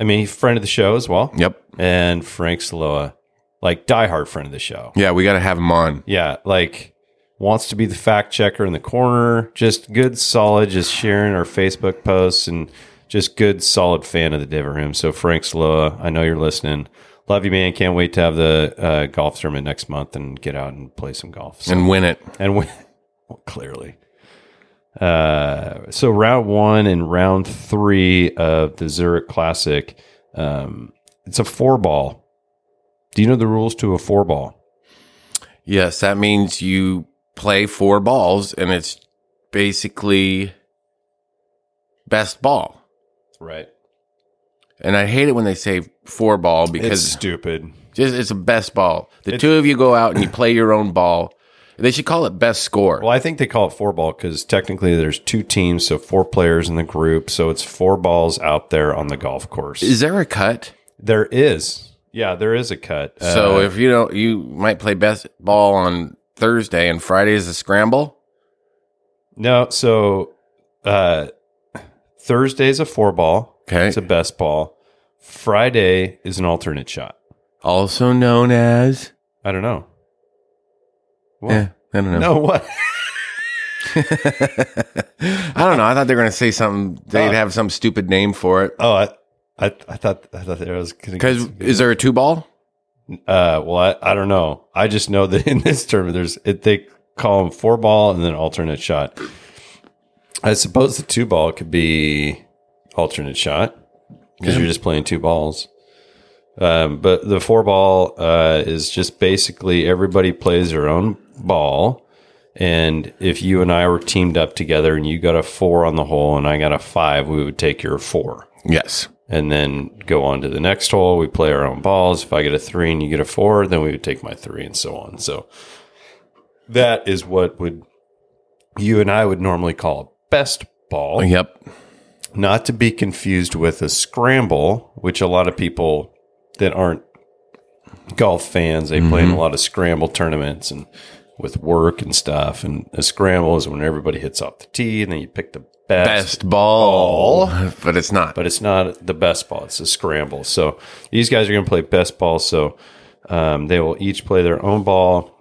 I mean, friend of the show as well,
Yep.
and Frank Saloa, like diehard friend of the show.
Yeah, we gotta have him on.
Yeah, like wants to be the fact checker in the corner. Just good, solid. Just sharing our Facebook posts and just good, solid fan of the Diver Room. So Frank Sloa, I know you're listening. Love you, man. Can't wait to have the uh, golf tournament next month and get out and play some golf. So-
and win it.
and we, (laughs) well, clearly. Uh, so round one and round three of the Zurich Classic, um, it's a four ball. Do you know the rules to a four ball?
Yes, that means you play four balls, and it's basically best ball.
Right,
And I hate it when they say four ball
it's
because
stupid.
just it's a best ball. The
It's-
two of you go out and you play your own ball. They should call it best score.
Well, I think they call it four ball because technically there's two teams, so four players in the group, so it's four balls out there on the golf course.
Is there a cut?
there is, yeah, there is a cut.
so
Uh,
if you don't, you might play best ball on Thursday, and Friday is a scramble.
no, so uh, Thursday's a four ball.
Okay,
It's a best ball. Friday is an alternate shot.
also known as.
I don't know. What?
Eh, I don't know.
No, what?
(laughs)
(laughs)
I don't know. I thought they were going to say something. They'd
Oh.
have some stupid name for it.
Oh, I, I, I thought I thought there was gonna
Because is there a two ball?
Uh, well, I, I don't know. I just know that (laughs) in this tournament, there's it, they call them four ball and then alternate shot. I suppose the two ball could be alternate shot because you're just playing two balls. Um, but the four ball uh, is just basically everybody plays their own ball. And if you and I were teamed up together and you got a four on the hole and I got a five, we would take your four
Yes.
and then go on to the next hole. We play our own balls. If I get a three and you get a four, then we would take my three and so on. So that is what would you and I would normally call a best ball,
Yep.
not to be confused with a scramble, which a lot of people that aren't golf fans, they play in a lot of scramble tournaments and with work and stuff. And a scramble is when everybody hits off the tee and then you pick the
Best ball, but it's not.
but it's not the best ball. It's a scramble. So these guys are going to play best ball. So um, they will each play their own ball,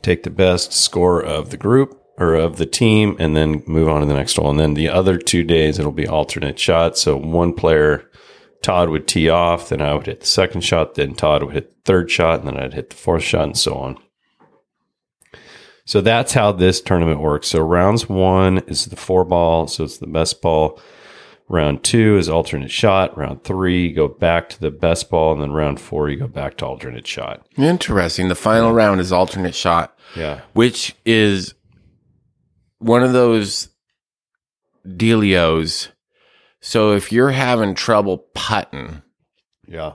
take the best score of the group or of the team, and then move on to the next hole. And then the other two days, it'll be alternate shots. So one player, Todd would tee off, then I would hit the second shot, then Todd would hit the third shot, and then I'd hit the fourth shot, and so on. So that's how this tournament works. So rounds one is the four ball, so it's the best ball. Round two is alternate shot. Round three, you go back to the best ball, and then round four, you go back to alternate shot.
Interesting. The final round is alternate shot,
Yeah,
which is one of those dealios. So if you're having trouble putting,
yeah,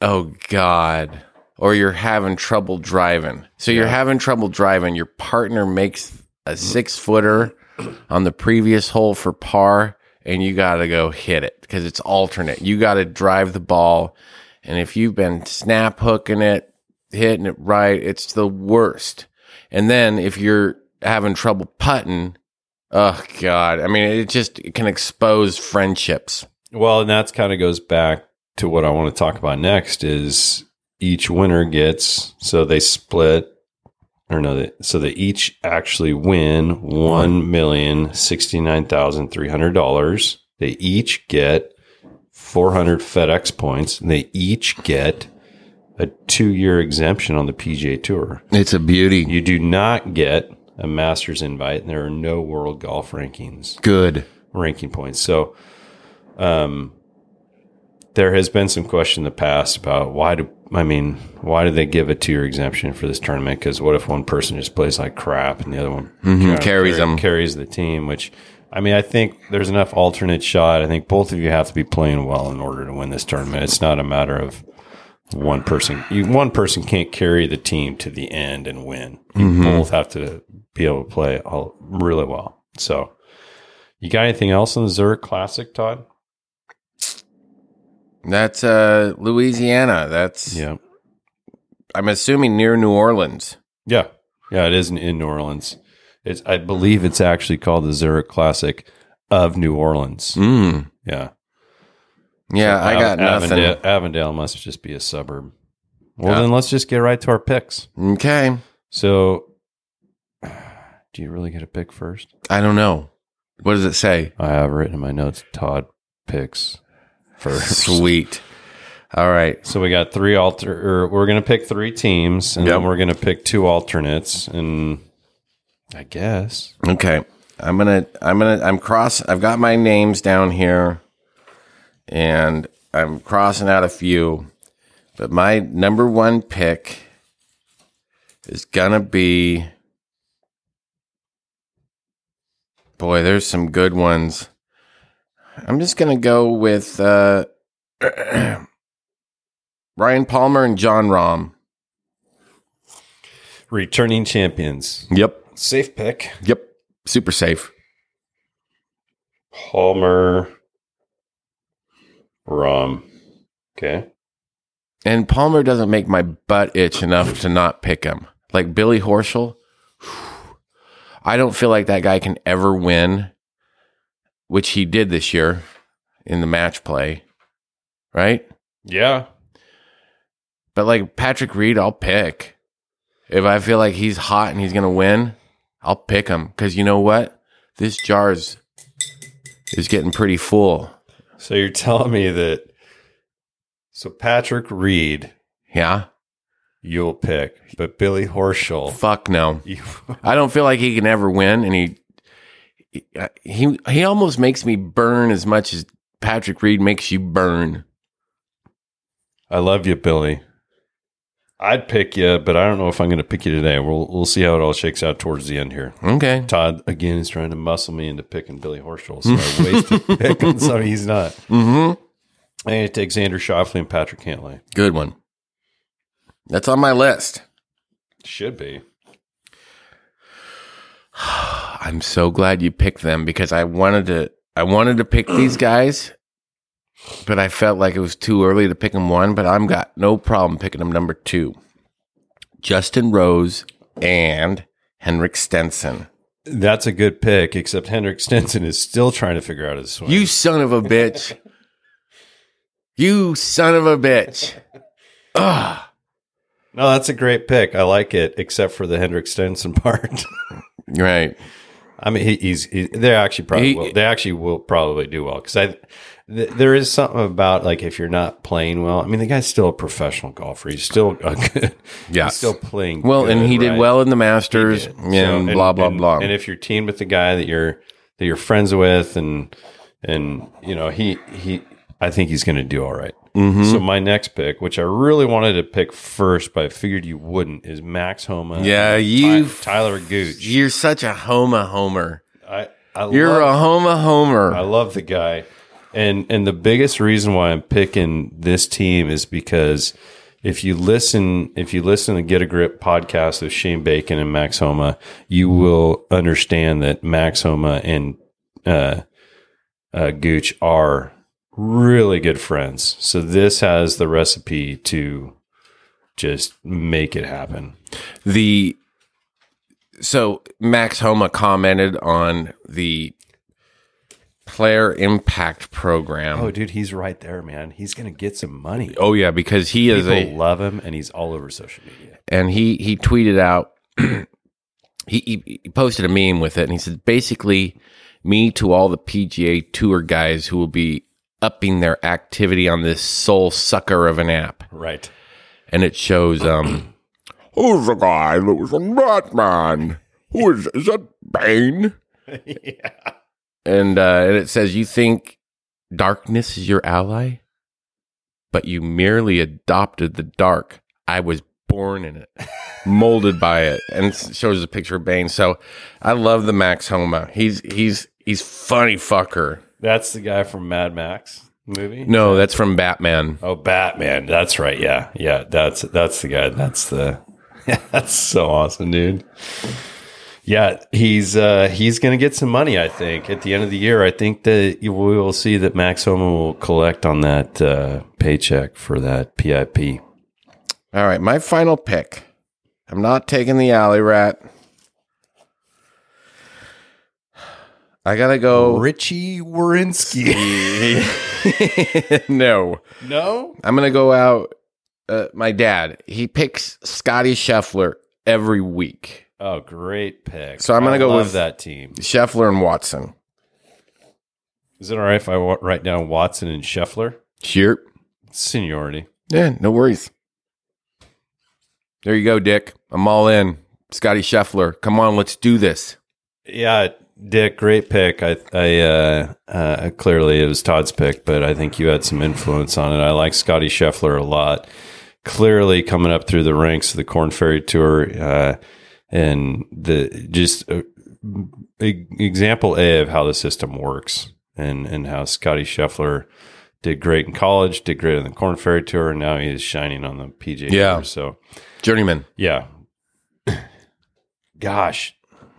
oh God, or you're having trouble driving. So you're
Yeah.
having trouble driving. Your partner makes a six footer (clears throat) on the previous hole for par, and you got to go hit it because it's alternate. You got to drive the ball. And if you've been snap hooking it, hitting it right, it's the worst. And then if you're having trouble putting, oh God, I mean, it just it can expose friendships.
Well, and that's kind of goes back to what I want to talk about next. Is each winner gets so they split, or no, they, so they each actually win one million sixty nine thousand three hundred dollars. They each get four hundred FedEx points, and they each get a two year exemption on the PGA Tour.
It's a beauty.
You do not get a master's invite, and there are no world golf rankings
Good.
ranking points. So, um, there has been some question in the past about why do I mean why do they give a tier exemption for this tournament? Because what if one person just plays like crap and the other one
Mhm.
kinda
Carries
carry-
them.
carries the team? Which I mean, I think there's enough alternate shot. I think both of you have to be playing well in order to win this tournament. It's not a matter of one person. You, one person can't carry the team to the end and win. You
Mm-hmm.
both have to be able to play all, really well. So, you got anything else on the Zurich Classic, Todd?
That's uh Louisiana. That's
Yeah.
I'm assuming near New Orleans.
Yeah. Yeah, it is in, in New Orleans. It's I believe it's actually called the Zurich Classic of New Orleans.
Mm.
Yeah.
Yeah, I
Av-
got nothing.
Avondale, Avondale must just be a suburb. Well,
Yeah.
then let's just get right to our picks.
Okay.
So do you really get a pick first?
I don't know. What does it say? (laughs)
I have written in my notes Todd picks first.
Sweet. All right.
So we got three alter. Or we're gonna pick three teams, and then
Yep.
we're gonna pick two alternates. And I guess
Okay. I'm gonna I'm gonna I'm cross I've got my names down here and I'm crossing out a few. But my number one pick is gonna be Boy, there's some good ones. I'm just gonna go with uh (clears throat) Ryan Palmer and John Rom.
returning champions.
Yep.
Safe pick.
Yep. Super safe.
Palmer. Rom. Okay.
And Palmer doesn't make my butt itch enough to not pick him. Like Billy Horschel, I don't feel like that guy can ever win, which he did this year in the match play, right?
Yeah.
But like Patrick Reed, I'll pick. If I feel like he's hot and he's going to win, I'll pick him because you know what? This jar is, is getting pretty full.
So you're telling me that. So Patrick Reed,
Yeah?
you'll pick, but Billy Horschel.
Fuck no.
You, (laughs)
I don't feel like he can ever win, and he he he almost makes me burn as much as Patrick Reed makes you burn.
I love you, Billy. I'd pick you, but I don't know if I'm going to pick you today. We'll we'll see how it all shakes out towards the end here.
Okay,
Todd again is trying to muscle me into picking Billy Horschel, so (laughs) I wasted picking somebody he's not.
mm-hmm.
I'm going to take Xander Shoffley and Patrick Cantlay.
good one. That's on my list.
Should be.
I'm so glad you picked them because I wanted to I wanted to pick these guys, but I felt like it was too early to pick them one. But I'm got no problem picking them number two, Justin Rose and Henrik Stenson.
That's a good pick, except Hendrik Stenson is still trying to figure out his swing.
You son of a bitch. you son of a bitch. Ugh.
no, that's a great pick. I like it, except for the Hendrik Stenson (laughs) part.
Right.
I mean, he, he's he, they actually probably
He-
will, they actually will probably do well because I th- there is something about like if you're not playing well. I mean, the guy's still a professional golfer. He's still a (laughs) good.
Yeah.
He's still playing
well, and
good,
he did
right?
well in the Masters
So,
and blah, blah,
and-
blah.
And if you're teamed with the guy that you're that you're friends with, and and you know he he, I think he's going to do all right.
Mhm.
So my next pick, which I really wanted to pick first, but I figured you wouldn't, is Max Homa.
Yeah,
and
you-
Ty- Tyler Gooch.
You're such a Homa Homer.
I, I
You're
love,
a Homa Homer.
I love the guy. And and the biggest reason why I'm picking this team is because if you listen if you listen to Get a Grip podcast of Shane Bacon and Max Homa, you will understand that Max Homa and uh, uh, Gooch are really good friends. So this has the recipe to just make it happen.
the so Max Homa commented on the player impact program.
Oh,
Oh,
dude, he's right there, man. He's gonna get some money.
yeah, because he is a
People love him, and he's all over social media.
and he he tweeted out (clears throat) he, he he posted a meme with it and he said basically me to all the PGA tour guys who will be upping their activity on this soul sucker of an app
Right.
and it shows um
(clears throat) Who's the guy that was a Batman? Who is, is that Bane?
(laughs)
and uh and it says you think darkness is your ally but you merely adopted the dark I was born in it molded by it and it shows a picture of Bane so I love the Max Homa he's he's he's funny fucker
That's the guy from Mad Max movie.
No, that's from Batman.
Oh, Batman. That's right. Yeah, yeah. That's that's the guy. That's the. (laughs) that's so awesome, dude. Yeah, he's uh, he's gonna get some money. I think at the end of the year, I think that you- we will see that Max Homa will collect on that uh, paycheck for that PIP.
All right, my final pick. I'm not taking the alley rat. I gotta (laughs) go.
Richie Warinsky.
(laughs) no,
(laughs) No,
I'm gonna go out. Uh, my dad, he picks Scotty Scheffler every week.
Oh, great pick.
So I'm gonna
I
go
love
with-
that team.
Scheffler and Watson.
Is it all right if I wa- write down Watson and Scheffler?
Sure.
Seniority.
Yeah, no worries.
There you go, Dick. I'm all in. Scotty Scheffler, come on, let's do this.
Yeah, Dick, great pick. I, I uh, uh, clearly it was Todd's pick, but I think you had some influence on it. I like Scotty Scheffler a lot. Clearly coming up through the ranks of the Corn Ferry Tour, uh, and the just uh, e- example A of how the system works, and and how Scotty Scheffler did great in college, did great on the Corn Ferry Tour, and now he is shining on the PGA.
Yeah.
Tour, so
Journeyman.
yeah. (coughs) Gosh,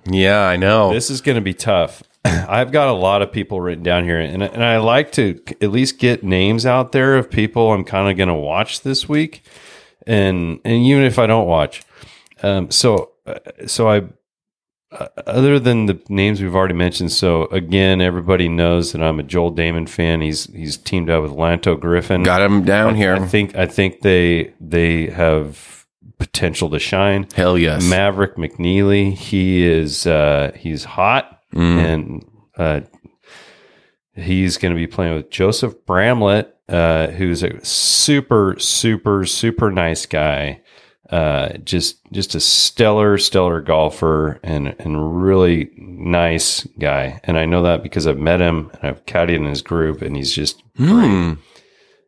Yeah, I
Oh.
know.
this is going to be tough. (clears throat) I've got a lot of people written down here, and, and I like to at least get names out there of people I'm kind of going to watch this week, and and even if I don't watch, um, so uh, so I uh, other than the names we've already mentioned. So again, everybody knows that I'm a Joel Damon fan. He's he's teamed up with Lanto Griffin.
Got him down
I
here.
think I think they they have potential to shine.
Hell yes.
Maverick McNeely. He is uh, he's hot and uh, he's going to be playing with Joseph Bramlett, uh, who's a super super super nice guy. Uh, just just a stellar stellar golfer and and really nice guy. And I know that because I've met him and I've caddied in his group, and he's just
Hmm.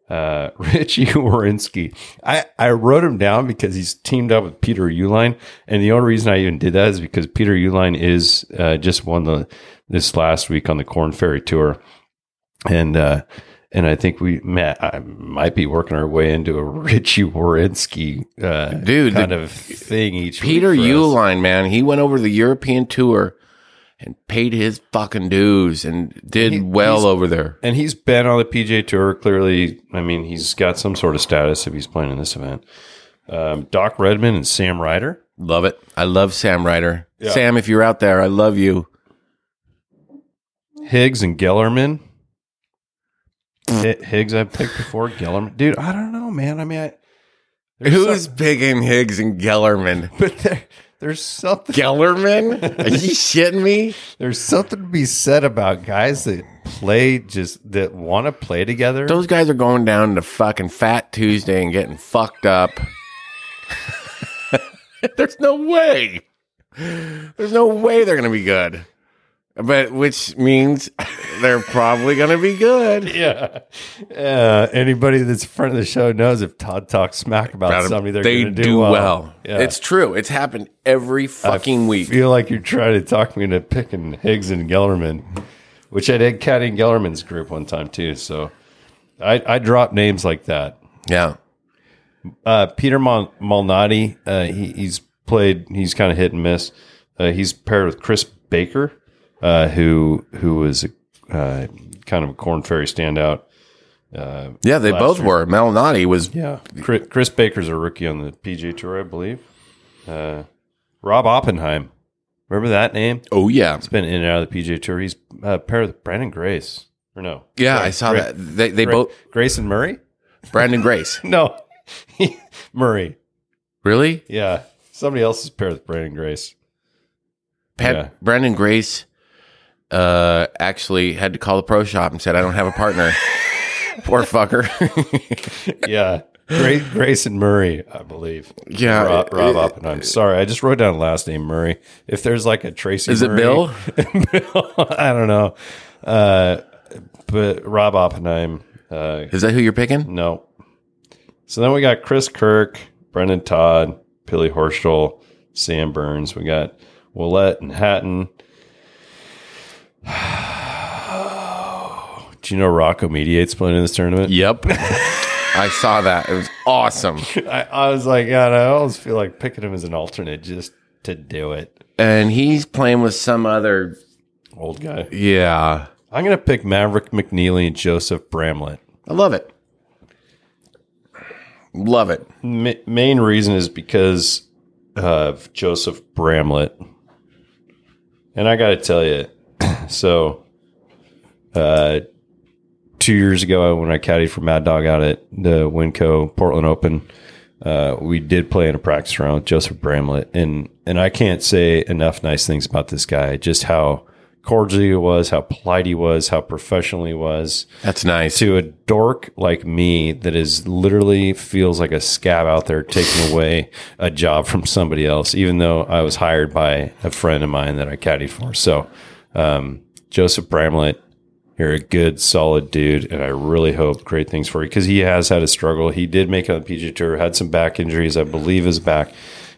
uh, (laughs) Richie Warinsky. I, I wrote him down because he's teamed up with Peter Uline, and the only reason I even did that is because Peter Uline is uh, just won the this last week on the Corn Ferry Tour, and uh, and I think we Matt I might be working our way into a (laughs) Richie Warinsky uh,
Dude, the-
kind of thing each
Peter
week for us.
Uline, man, he went over the European tour and paid his fucking dues and did
He-
well
he's-
over there.
and he's been on the PJ Tour. Clearly, I mean, he's got some sort of status if he's playing in this event. Um, Doc Redman and Sam Ryder.
Love it. I love Sam Ryder. Sam, if you're out there, I love you.
Higgs and Gellerman. Hi- Higgs, I've picked before. Gellerman, dude, I don't know, man. I mean, I, there's
Who's
some-
picking Higgs and Gellerman?
but there, there's something,
Gellerman? (laughs) Are you shitting me?
there's something to be said about guys that play just that want to play together.
Those guys are going down to fucking Fat Tuesday and getting fucked up. There's no way. There's no way they're going to be good. But which means they're probably going to be good.
yeah, uh, anybody that's a friend of the show knows if Todd talks smack about, somebody, they're
they
gonna
do,
do
well.
Yeah.
It's true. It's happened every fucking week.
feel like you're trying to talk me into picking Higgs and Gellerman, which I did Caddy and Gellerman's group one time too. So I, I drop names like that.
yeah.
Uh, Peter Mon- Malnati, uh, he, he's played, he's kind of hit and miss. Uh, he's paired with Chris Baker, uh, who who was a, uh, kind of a Corn Ferry standout.
Yeah, they both were. Melanotti was
Yeah. Chris, Chris Baker's a rookie on the PJ Tour, I believe. Uh, Rob Oppenheim. Remember that name?
Oh yeah.
been in and out of the PJ Tour. He's uh, paired with Brandon Grace, or no?
Yeah,
Sorry,
I saw
Gra-
that. They they
Gra-
both
Grace and Murray. (laughs)
Brandon (laughs) Grace.
No, (laughs) Murray.
Really?
Yeah, somebody else is paired with Brandon Grace.
Pat,
Yeah.
Brandon Grace uh, actually had to call the pro shop and said, "I don't have a (laughs) partner." Poor fucker. (laughs)
Yeah, Grace, Grace and Murray, I believe.
Yeah.
Rob, Rob Oppenheim. Sorry, I just wrote down last name Murray. If there's like a Tracy,
Is it
Murray-
Bill?
Bill? (laughs) I don't know. Uh, but Rob Oppenheim. Uh,
Is that who you're picking?
No. So then we got Chris Kirk, Brendan Todd, Billy Horschel, Sam Burns. We got Willette and Hatton. (sighs) Do you know Rocco Mediate's playing in this tournament?
Yep. (laughs) I saw that. It was awesome.
I, I was like, God, I always feel like picking him as an alternate just to do it.
And he's playing with some other.
Old guy.
Yeah.
I'm going to pick Maverick McNeely and Joseph Bramlett.
I love it. Love it.
Ma- main reason is because of Joseph Bramlett. And I got to tell you, (clears throat) so uh, two years ago when I caddied for Mad Dog out at the Winco Portland Open, uh, we did play in a practice round with Joseph Bramlett, and and I can't say enough nice things about this guy. Just how cordial he was, how polite he was, how professional he was.
That's nice.
To a dork like me that is literally feels like a scab out there taking away a job from somebody else, even though I was hired by a friend of mine that I caddied for. So, um, Joseph Bramlett, you're a good, solid dude, and I really hope great things for you because he has had a struggle. He did make it on the PGA Tour, had some back injuries, I believe, his back.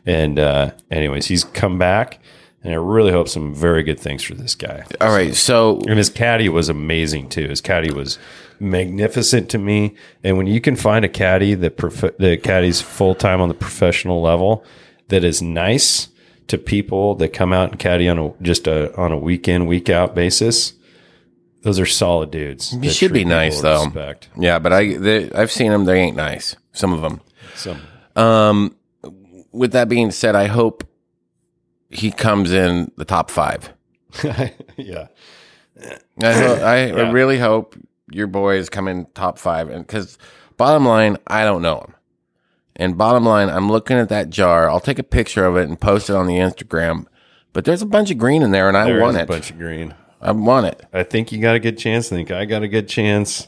And uh, anyways, he's come back, and I really hope some very good things for this guy.
All right. So
And his caddy was amazing too. His caddy was magnificent to me. And when you can find a caddy that prof- the caddy's full time on the professional level that is nice to people that come out and caddy on a just a on a week in week out basis, those are solid dudes. You
should be nice, though.
Respect.
Yeah, but I they, I've seen them. They ain't nice. Some of them.
So (laughs)
Um, with that being said, I hope he comes in the top five.
yeah, (clears throat)
I, ho- I really hope your boy is coming top five, and because bottom line, I don't know him. And bottom line, I'm looking at that jar. I'll take a picture of it and post it on the Instagram. But there's a bunch of green in there, and I
there
want
is a
it.
bunch of green.
I want it.
I think you got a good chance. I think I got a good chance.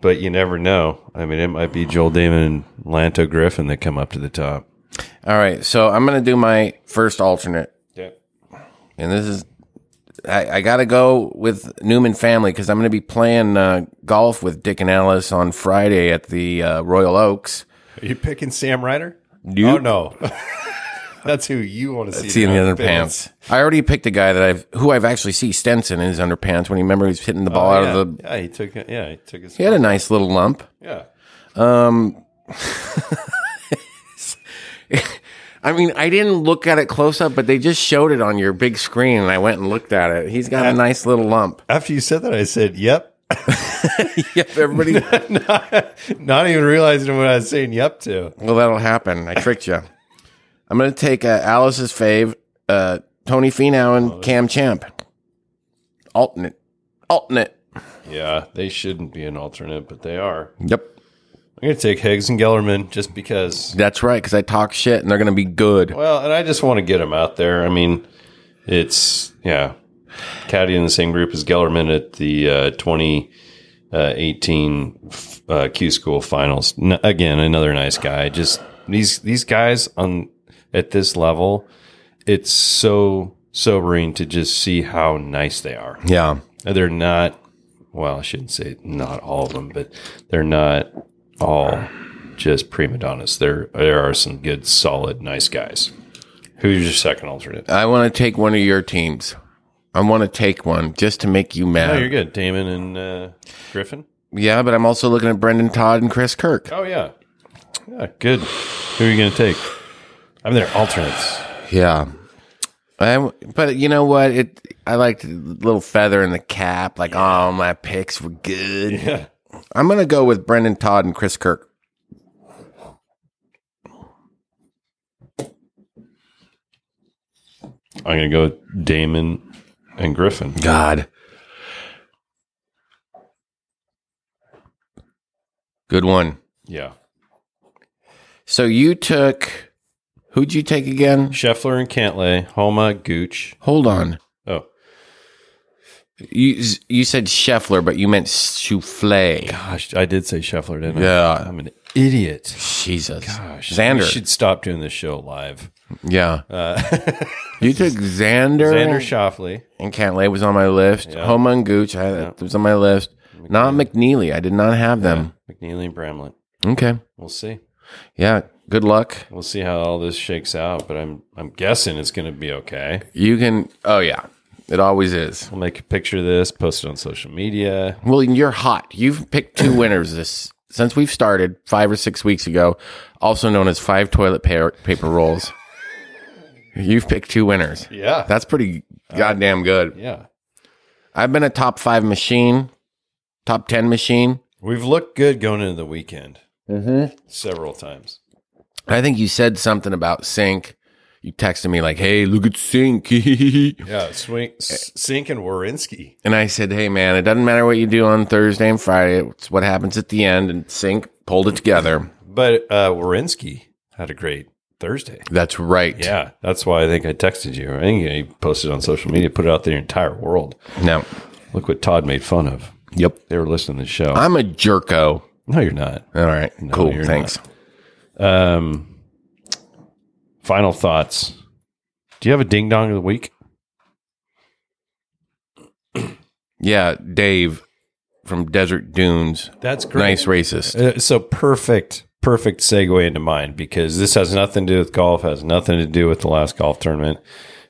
But you never know. I mean, it might be Joel Damon and Lanto Griffin that come up to the top.
All right, so I'm gonna do my first alternate,
Yep.
and this is I, I gotta go with Newman family because I'm gonna be playing uh, golf with Dick and Alice on Friday at the uh, Royal Oaks.
Are you picking Sam Ryder? Oh
Nope.
no, (laughs) that's who you want to see.
See in the underpants. I already picked a guy that I've who I've actually see Stenson in his underpants when he remember he's hitting the ball
Yeah.
out of the.
yeah, he took it. Yeah, he took his.
He had a nice little lump.
yeah.
I mean, I didn't look at it close up, but they just showed it on your big screen, and I went and looked at it. He's got a nice little (laughs) lump.
After you said that, I said, "Yep." (laughs)
Yep, everybody.
Not even realizing what I was saying. Yep to.
Well, that'll happen. I tricked you. I'm going to take uh, Alice's fave, uh, Tony Finau and Cam Champ. Alternate. Alternate.
Yeah, they shouldn't be an alternate, but they are.
Yep.
I'm gonna take Higgs and Gellerman just because.
That's right, because I talk shit and they're going to be good.
Well, and I just want to get them out there. I mean, it's yeah. Caddy in the same group as Gellerman at the uh, 2018 uh, Q School Finals. N- again, another nice guy. Just these these guys on at this level, it's so sobering to just see how nice they are.
Yeah.
They're not. Well, I shouldn't say not all of them, but they're not all just prima donnas. There, there are some good, solid, nice guys. Who's your second alternate?
I want to take one of your teams. I want to take one just to make you
Oh,
mad.
you're good. Damon and uh, Griffin.
yeah, but I'm also looking at Brendan Todd and Chris Kirk.
Oh yeah, yeah, good. Who are you going to take? I'm their alternates.
Yeah. I, but you know what? It I liked the little feather in the cap. Like, oh, my picks were good.
Yeah.
I'm gonna go with Brendan Todd and Chris Kirk.
I'm going to go with Damon and Griffin.
God, good one.
Yeah,
So you took who'd you take again?
Scheffler and Cantlay, Homa, Gooch.
Hold on.
Oh,
You you said Scheffler, but you meant souffle.
gosh, I did say Scheffler, didn't I?
Yeah.
I'm an idiot.
Jesus,
Gosh,
Xander.
Oh, we should stop doing this show live.
yeah,
Uh, (laughs)
you took Xander.
Xander Shoffley,
and Cantlay was on my list.
Yeah.
Homa and Gooch I, was on my list. Not McNeely. I did not have them.
McNeely, and Bramlett.
Okay.
We'll see.
Yeah. Good luck.
We'll see how all this shakes out. But I'm I'm guessing it's going to be okay.
You can. Oh yeah. It always is.
We'll make a picture of this, post it on social media.
Well, you're hot. You've picked two winners this since we've started five or six weeks ago, also known as five toilet pa- paper rolls. You've picked two winners.
Yeah,
That's pretty goddamn good.
yeah.
I've been a top five machine, top ten machine.
We've looked good going into the weekend several times.
I think you said something about sync. You texted me like, "Hey, look at sync," (laughs) and
Yeah, swing, S- Sink and Warinsky.
I said, "Hey, man, it doesn't matter what you do on Thursday and Friday. It's what happens at the end." And sync pulled it together.
But uh, Warinsky had a great Thursday.
That's right.
Yeah, that's why I think I texted you. I think you posted on social media, put it out there in the entire world.
No.
Look what Todd made fun of.
Yep.
They were listening to the show.
I'm a jerko.
no, you're not.
All right. cool.
you're
Thanks.
Um, final thoughts. Do you have a ding dong of the week?
Yeah. Dave from Desert Dunes.
That's great. (laughs)
Nice racist.
Uh, so perfect, perfect segue into mine because this has nothing to do with golf, has nothing to do with the last golf tournament.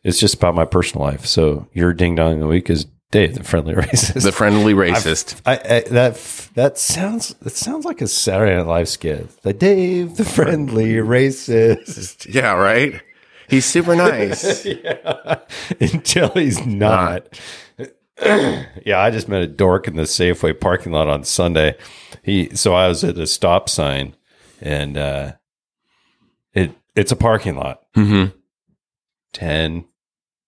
It's just about my personal life. So your ding dong of the week is Dave, the friendly (laughs) racist.
The friendly racist.
I, I that f- that sounds that sounds like a Saturday Night Live skit. The Dave, the friendly racist,
yeah. Right. He's super
(laughs)
nice.
until he's not. (clears throat) yeah, I just met a dork in the Safeway parking lot on Sunday. He so I was at a stop sign, and uh, it it's a parking lot,
hmm
ten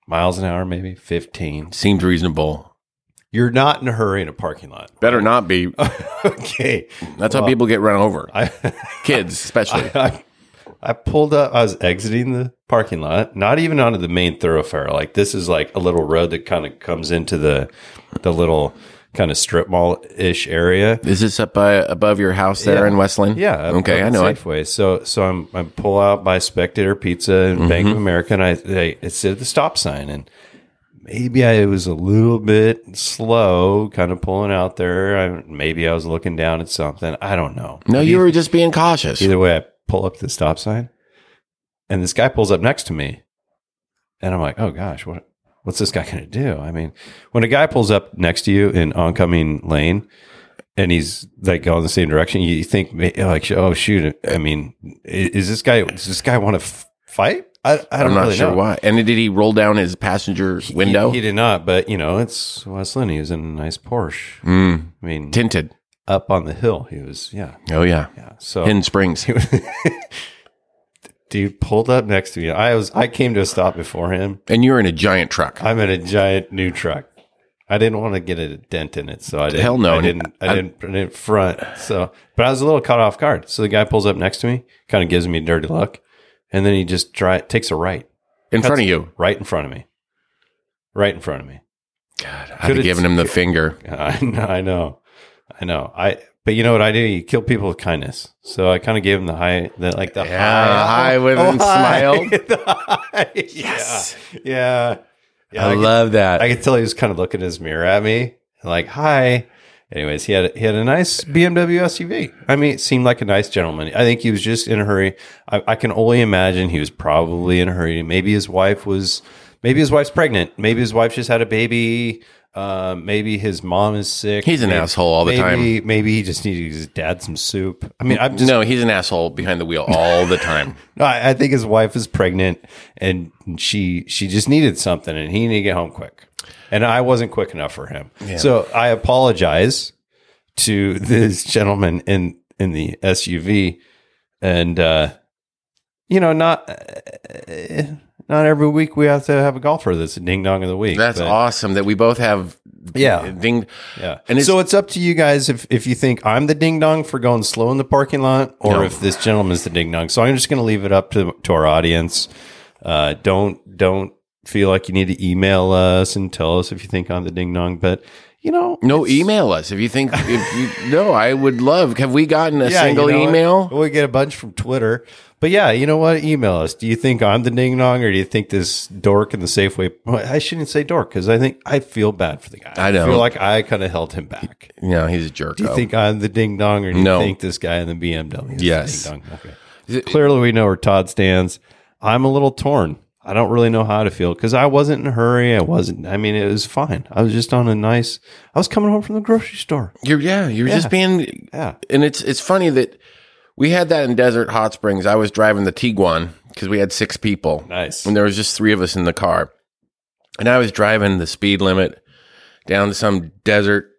miles an hour, maybe fifteen.
Seems reasonable.
You're not in a hurry in a parking lot.
Better not be.
(laughs) okay,
That's how people get run over.
I.
(laughs)
(laughs)
Kids, especially.
I, I pulled up. I was exiting the parking lot, not even onto the main thoroughfare. Like this is like a little road that kind of comes into the the little kind of strip mall ish area.
Is this up by, above your house there in Westland?
Yeah. up-
Okay.
up
I know it.
Safeway. So so I'm I pull out by Spectator Pizza and
Mm-hmm.
Bank of America, and I, I it's at the stop sign, and maybe I was a little bit slow, kind of pulling out there. I, maybe I was looking down at something. I don't know.
No, you were just being cautious.
Either way, I pull up to the stop sign, and this guy pulls up next to me, and I'm like, "Oh gosh, what? What's this guy gonna do?" I mean, when a guy pulls up next to you in oncoming lane, and he's like going the same direction, you think ma- like, "Oh shoot!" I mean, i- is this guy? Does this guy want to f- fight? I, I don't
I'm not
really
sure
know.
why. And did he roll down his passenger's window?
He, he did not, but you know, it's Westland. He was in a nice Porsche.
Mm,
I mean,
tinted.
up on the hill, he was. Yeah,
Oh yeah.
yeah. So (laughs)
Hidden Springs.
dude pulled up next to me. I was I came to a stop before him.
And you're in a giant truck.
I'm in a giant new truck. I didn't want to get a dent in it, so I didn't.
Hell no.
I didn't. I,
I-
didn't. I didn't front. So, but I was a little caught off guard. So the guy pulls up next to me, kind of gives me a dirty look, and then he just try takes a right,
in front of you.
right in front of me, right in front of me. (laughs)
I'd have
it's-
given him the finger.
I know, I know, I know. I but you know what I do? You kill people with kindness. So I kind of gave him the high, the like the
Yeah,
high, Oh,
high
(laughs)
with and smile.
The high. yes, yeah, yeah. I,
I
could-
love that.
I could tell he was kind of looking in his mirror at me, like hi. Anyways, he had he had a nice BMW SUV. I mean, it seemed like a nice gentleman. I think he was just in a hurry. I, I can only imagine he was probably in a hurry. Maybe his wife was, maybe his wife's pregnant. Maybe his wife just had a baby. Uh, maybe his mom is sick.
He's an
Maybe-
asshole all the
maybe, Maybe he just needed his dad some soup. I mean, I'm just
no, he's an asshole behind the wheel all the time.
no, I, I think his wife is pregnant, and she she just needed something, and he needed to get home quick, and I wasn't quick enough for him. So I apologize to (laughs) this gentleman in in the SUV, and uh, you know, not uh, not every week we have to have a golfer that's a ding dong of the week.
(laughs) That's
but-
awesome that we both have
Yeah.
ding
yeah.
And
And
it's-
so it's up to you guys if, if you think I'm the ding dong for going slow in the parking lot or if this gentleman's the ding dong. So I'm just going to leave it up to, to our audience. Uh, don't don't feel like you need to email us and tell us if you think I'm the ding dong, but you know,
No, email us if you think if you no, I would love. Have we gotten a
yeah, you
single
know what?
email?
We get a bunch from Twitter. But yeah, you know what? Email us. Do you think I'm the ding dong or do you think this dork in the Safeway? Well, I shouldn't say dork because I think I feel bad for the guy.
I
know.
don't.
feel like I kind of held him back.
No, he's a jerk.
Do you think I'm the ding dong, or do you
No.
think this guy in the BMW? Is the
Yes.
ding dong? Okay. Clearly, we know where Todd stands. I'm a little torn. I don't really know how to feel because I wasn't in a hurry. I wasn't. I mean, it was fine. I was just on a nice. I was coming home from the grocery store.
You're yeah, you're just being
Yeah.
and it's it's funny that we had that in Desert Hot Springs. I was driving the Tiguan because we had six people.
Nice.
And there was just three of us in the car. And I was driving the speed limit down some desert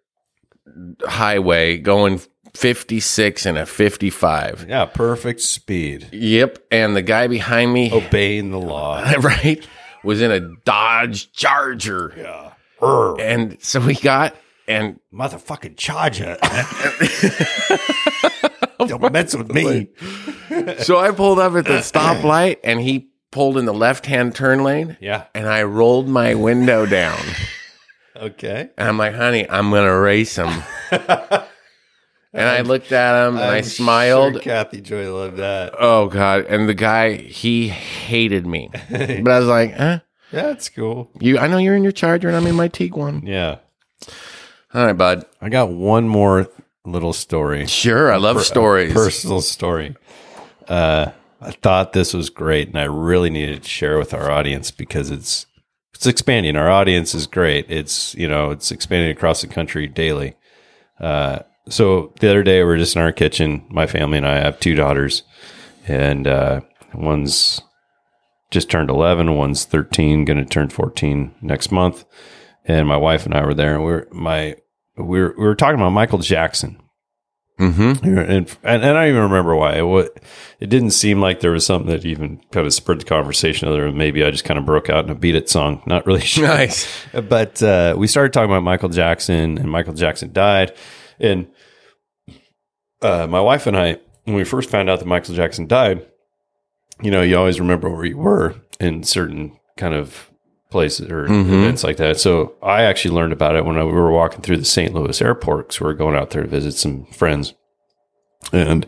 highway going 56 and a 55.
Yeah. Perfect speed.
Yep. And the guy behind me,
Oh. Obeying the law.
(laughs) right, was in a Dodge Charger.
Yeah. Err.
And so we got, and (laughs)
Motherfucking charger. the Don't mess with me.
So I pulled up at the stoplight and he pulled in the left hand turn lane
Yeah.
and I rolled my window down.
Okay.
And I'm like, honey, I'm going to race (laughs) him. and I looked at him and i
I'm
smiled.
sure Kathy Joy loved that.
Oh, God. And the guy, he hated (laughs) me. but I was like, eh,
That's cool.
you, I know you're in your Charger and I'm in my Tiguan.
Yeah.
All right, bud.
I got one more little story.
Sure. I love stories.
personal story. Uh, I thought this was great, and I really needed to share with our audience because it's it's expanding. Our audience is great. It's you know it's expanding across the country daily. Uh, so the other day we were just in our kitchen. My family and I I have two daughters, and uh, one's just turned eleven. One's thirteen, going to turn fourteen next month. And my wife and I were there, and we are my we were, we were talking about Michael Jackson
(laughs)
Mm-hmm.
(laughs) and, and and I don't even remember why it wa It didn't seem like there was something that even kind of spurred the conversation. Other than maybe I just kind of broke out in a "Beat It" song. Not really (laughs) sure.
Nice.
But uh, we started talking about Michael Jackson, and Michael Jackson died. And uh, my wife and I, when we first found out that Michael Jackson died, you know, you always remember where you were in certain kind of places or events like that. So I actually learned about it when I, we were walking through the St. Louis airport because we were going out there to visit some friends. And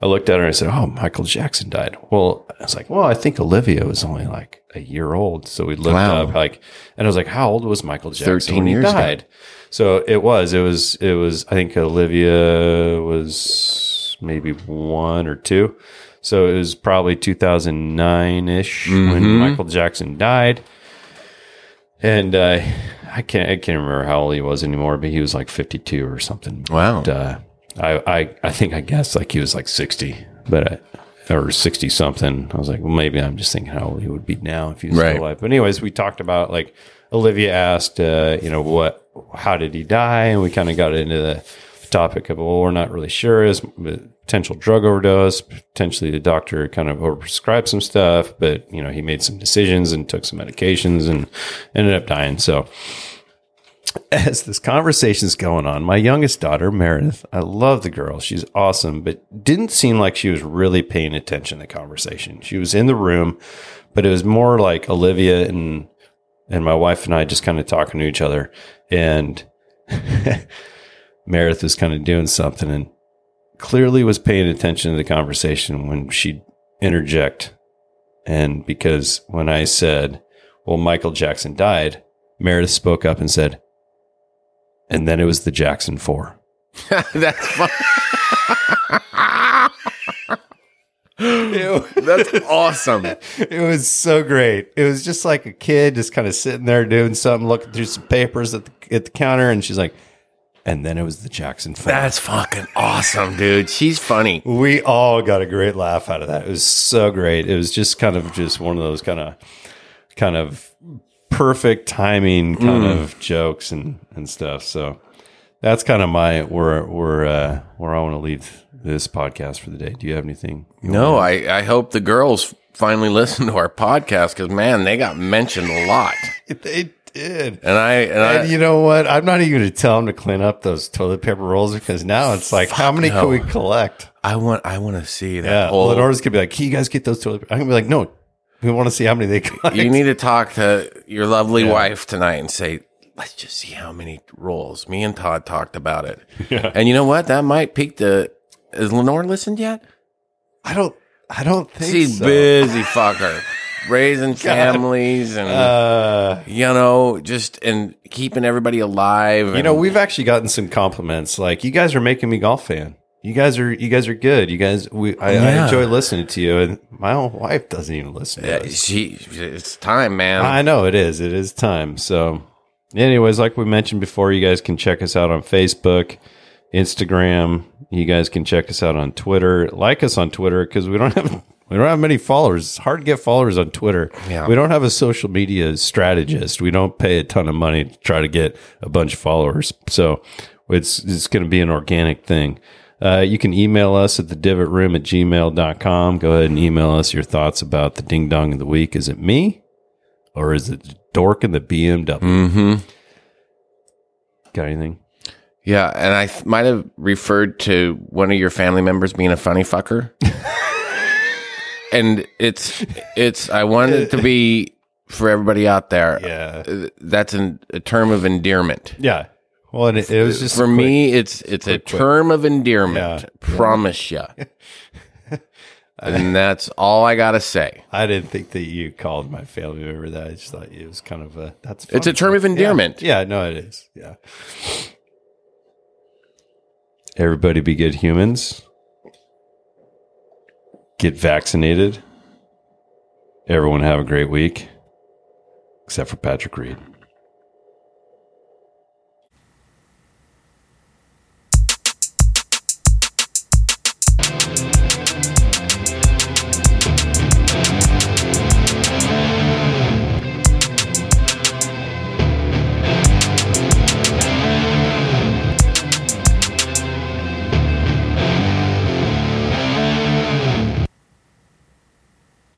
I looked at her and I said, Oh, Michael Jackson died. Well, I was like, Well, I think Olivia was only like a year old. So we looked
Wow.
up like, and I was like, How old was Michael Jackson
13
when he
years ago.
died? So it was, it was, it was, I think Olivia was maybe one or two. So it was probably 2009 ish
Mm-hmm.
when Michael Jackson died. And uh, I can't, I can't remember how old he was anymore, but he was like 52 or something.
Wow.
But, uh, I, I, I think I guessed like he was like 60, but I, or 60 something. I was like, well, maybe I'm just thinking how old he would be now if he was
Right.
still alive. But anyways, we talked about like Olivia asked, uh, you know, what, how did he die? And we kind of got into the topic of, well, we're not really sure is potential drug overdose. Potentially the doctor kind of overprescribed some stuff, but you know, he made some decisions and took some medications and ended up dying. So, as this conversation's going on, my youngest daughter, Meredith, I love the girl. She's awesome, but didn't seem like she was really paying attention to the conversation. She was in the room, but it was more like Olivia and and my wife and I just kind of talking to each other. And (laughs) Meredith was kind of doing something and clearly was paying attention to the conversation when she'd interject. And because when I said, Well, Michael Jackson died, Meredith spoke up and said, and then it was the Jackson Four.
(laughs) That's fun.
That's awesome.
It was so great. It was just like a kid just kind of sitting there doing something, looking through some papers at the, at the counter, and she's like, and then it was the Jackson Four.
That's fucking awesome, dude. She's funny.
we all got a great laugh out of that. It was so great. It was just kind of just one of those kind of kind of perfect timing kind of jokes and and stuff. So that's kind of my where where uh, where I want to leave this podcast for the day. Do you have anything?
No, I, I hope the girls finally listen to our podcast because man, they got mentioned a lot.
They did.
And I and, I,
And you know what? I'm not even going to tell them to clean up those toilet paper rolls because now it's like, how many
no.
can we collect?
I want I want to see that
Yeah.
whole.
Lenore's going to be like, can you guys get those toilet paper? I'm going to be like, no, we want to see how many they collect.
you need to talk to your lovely wife tonight and say, let's just see how many rolls. Me and Todd talked
(laughs)
about it. And you know what? That might peak the. Has Lenore listened yet?
(laughs) I don't, I don't think
She's
so. (laughs)
busy fucker, raising families and
Uh,
you know just and keeping everybody alive.
you know, we've actually gotten some compliments. Like, you guys are making me golf fan. You guys are, you guys are good. You guys, we, I, I
Yeah.
enjoy listening to you. And my own wife doesn't even listen. To
Yeah,
us.
she. It's time, man.
I know it is. It is time. So, anyways, like we mentioned before, you guys can check us out on Facebook, Instagram. You guys can check us out on Twitter. Like us on Twitter because we don't (laughs) have we don't have many followers. It's hard to get followers on Twitter.
Yeah.
We don't have a social media strategist. We don't pay a ton of money to try to get a bunch of followers. So it's it's going to be an organic thing. Uh, you can email us at the divot room at gmail.com. Go ahead and email us your thoughts about the ding dong of the week. Is it me? or Mm. is it Dork in the BMW?
mm-hmm.
Got anything?
Yeah, and I th- might have referred to one of your family members being a funny fucker. and it's it's I want it to be for everybody out there.
Yeah.
uh, That's an, a term of endearment.
Yeah. Well, and it, it was just
for
quick.
me it's it's a term of endearment.
Yeah. (laughs)
Promise ya. and that's all I got to say.
I didn't think that you called my family member that. I just thought it was kind of a that's.
It's
funny.
a term of endearment.
Yeah, no, it is. Yeah. Everybody be good humans. Get vaccinated. Everyone have a great week, except for Patrick Reed.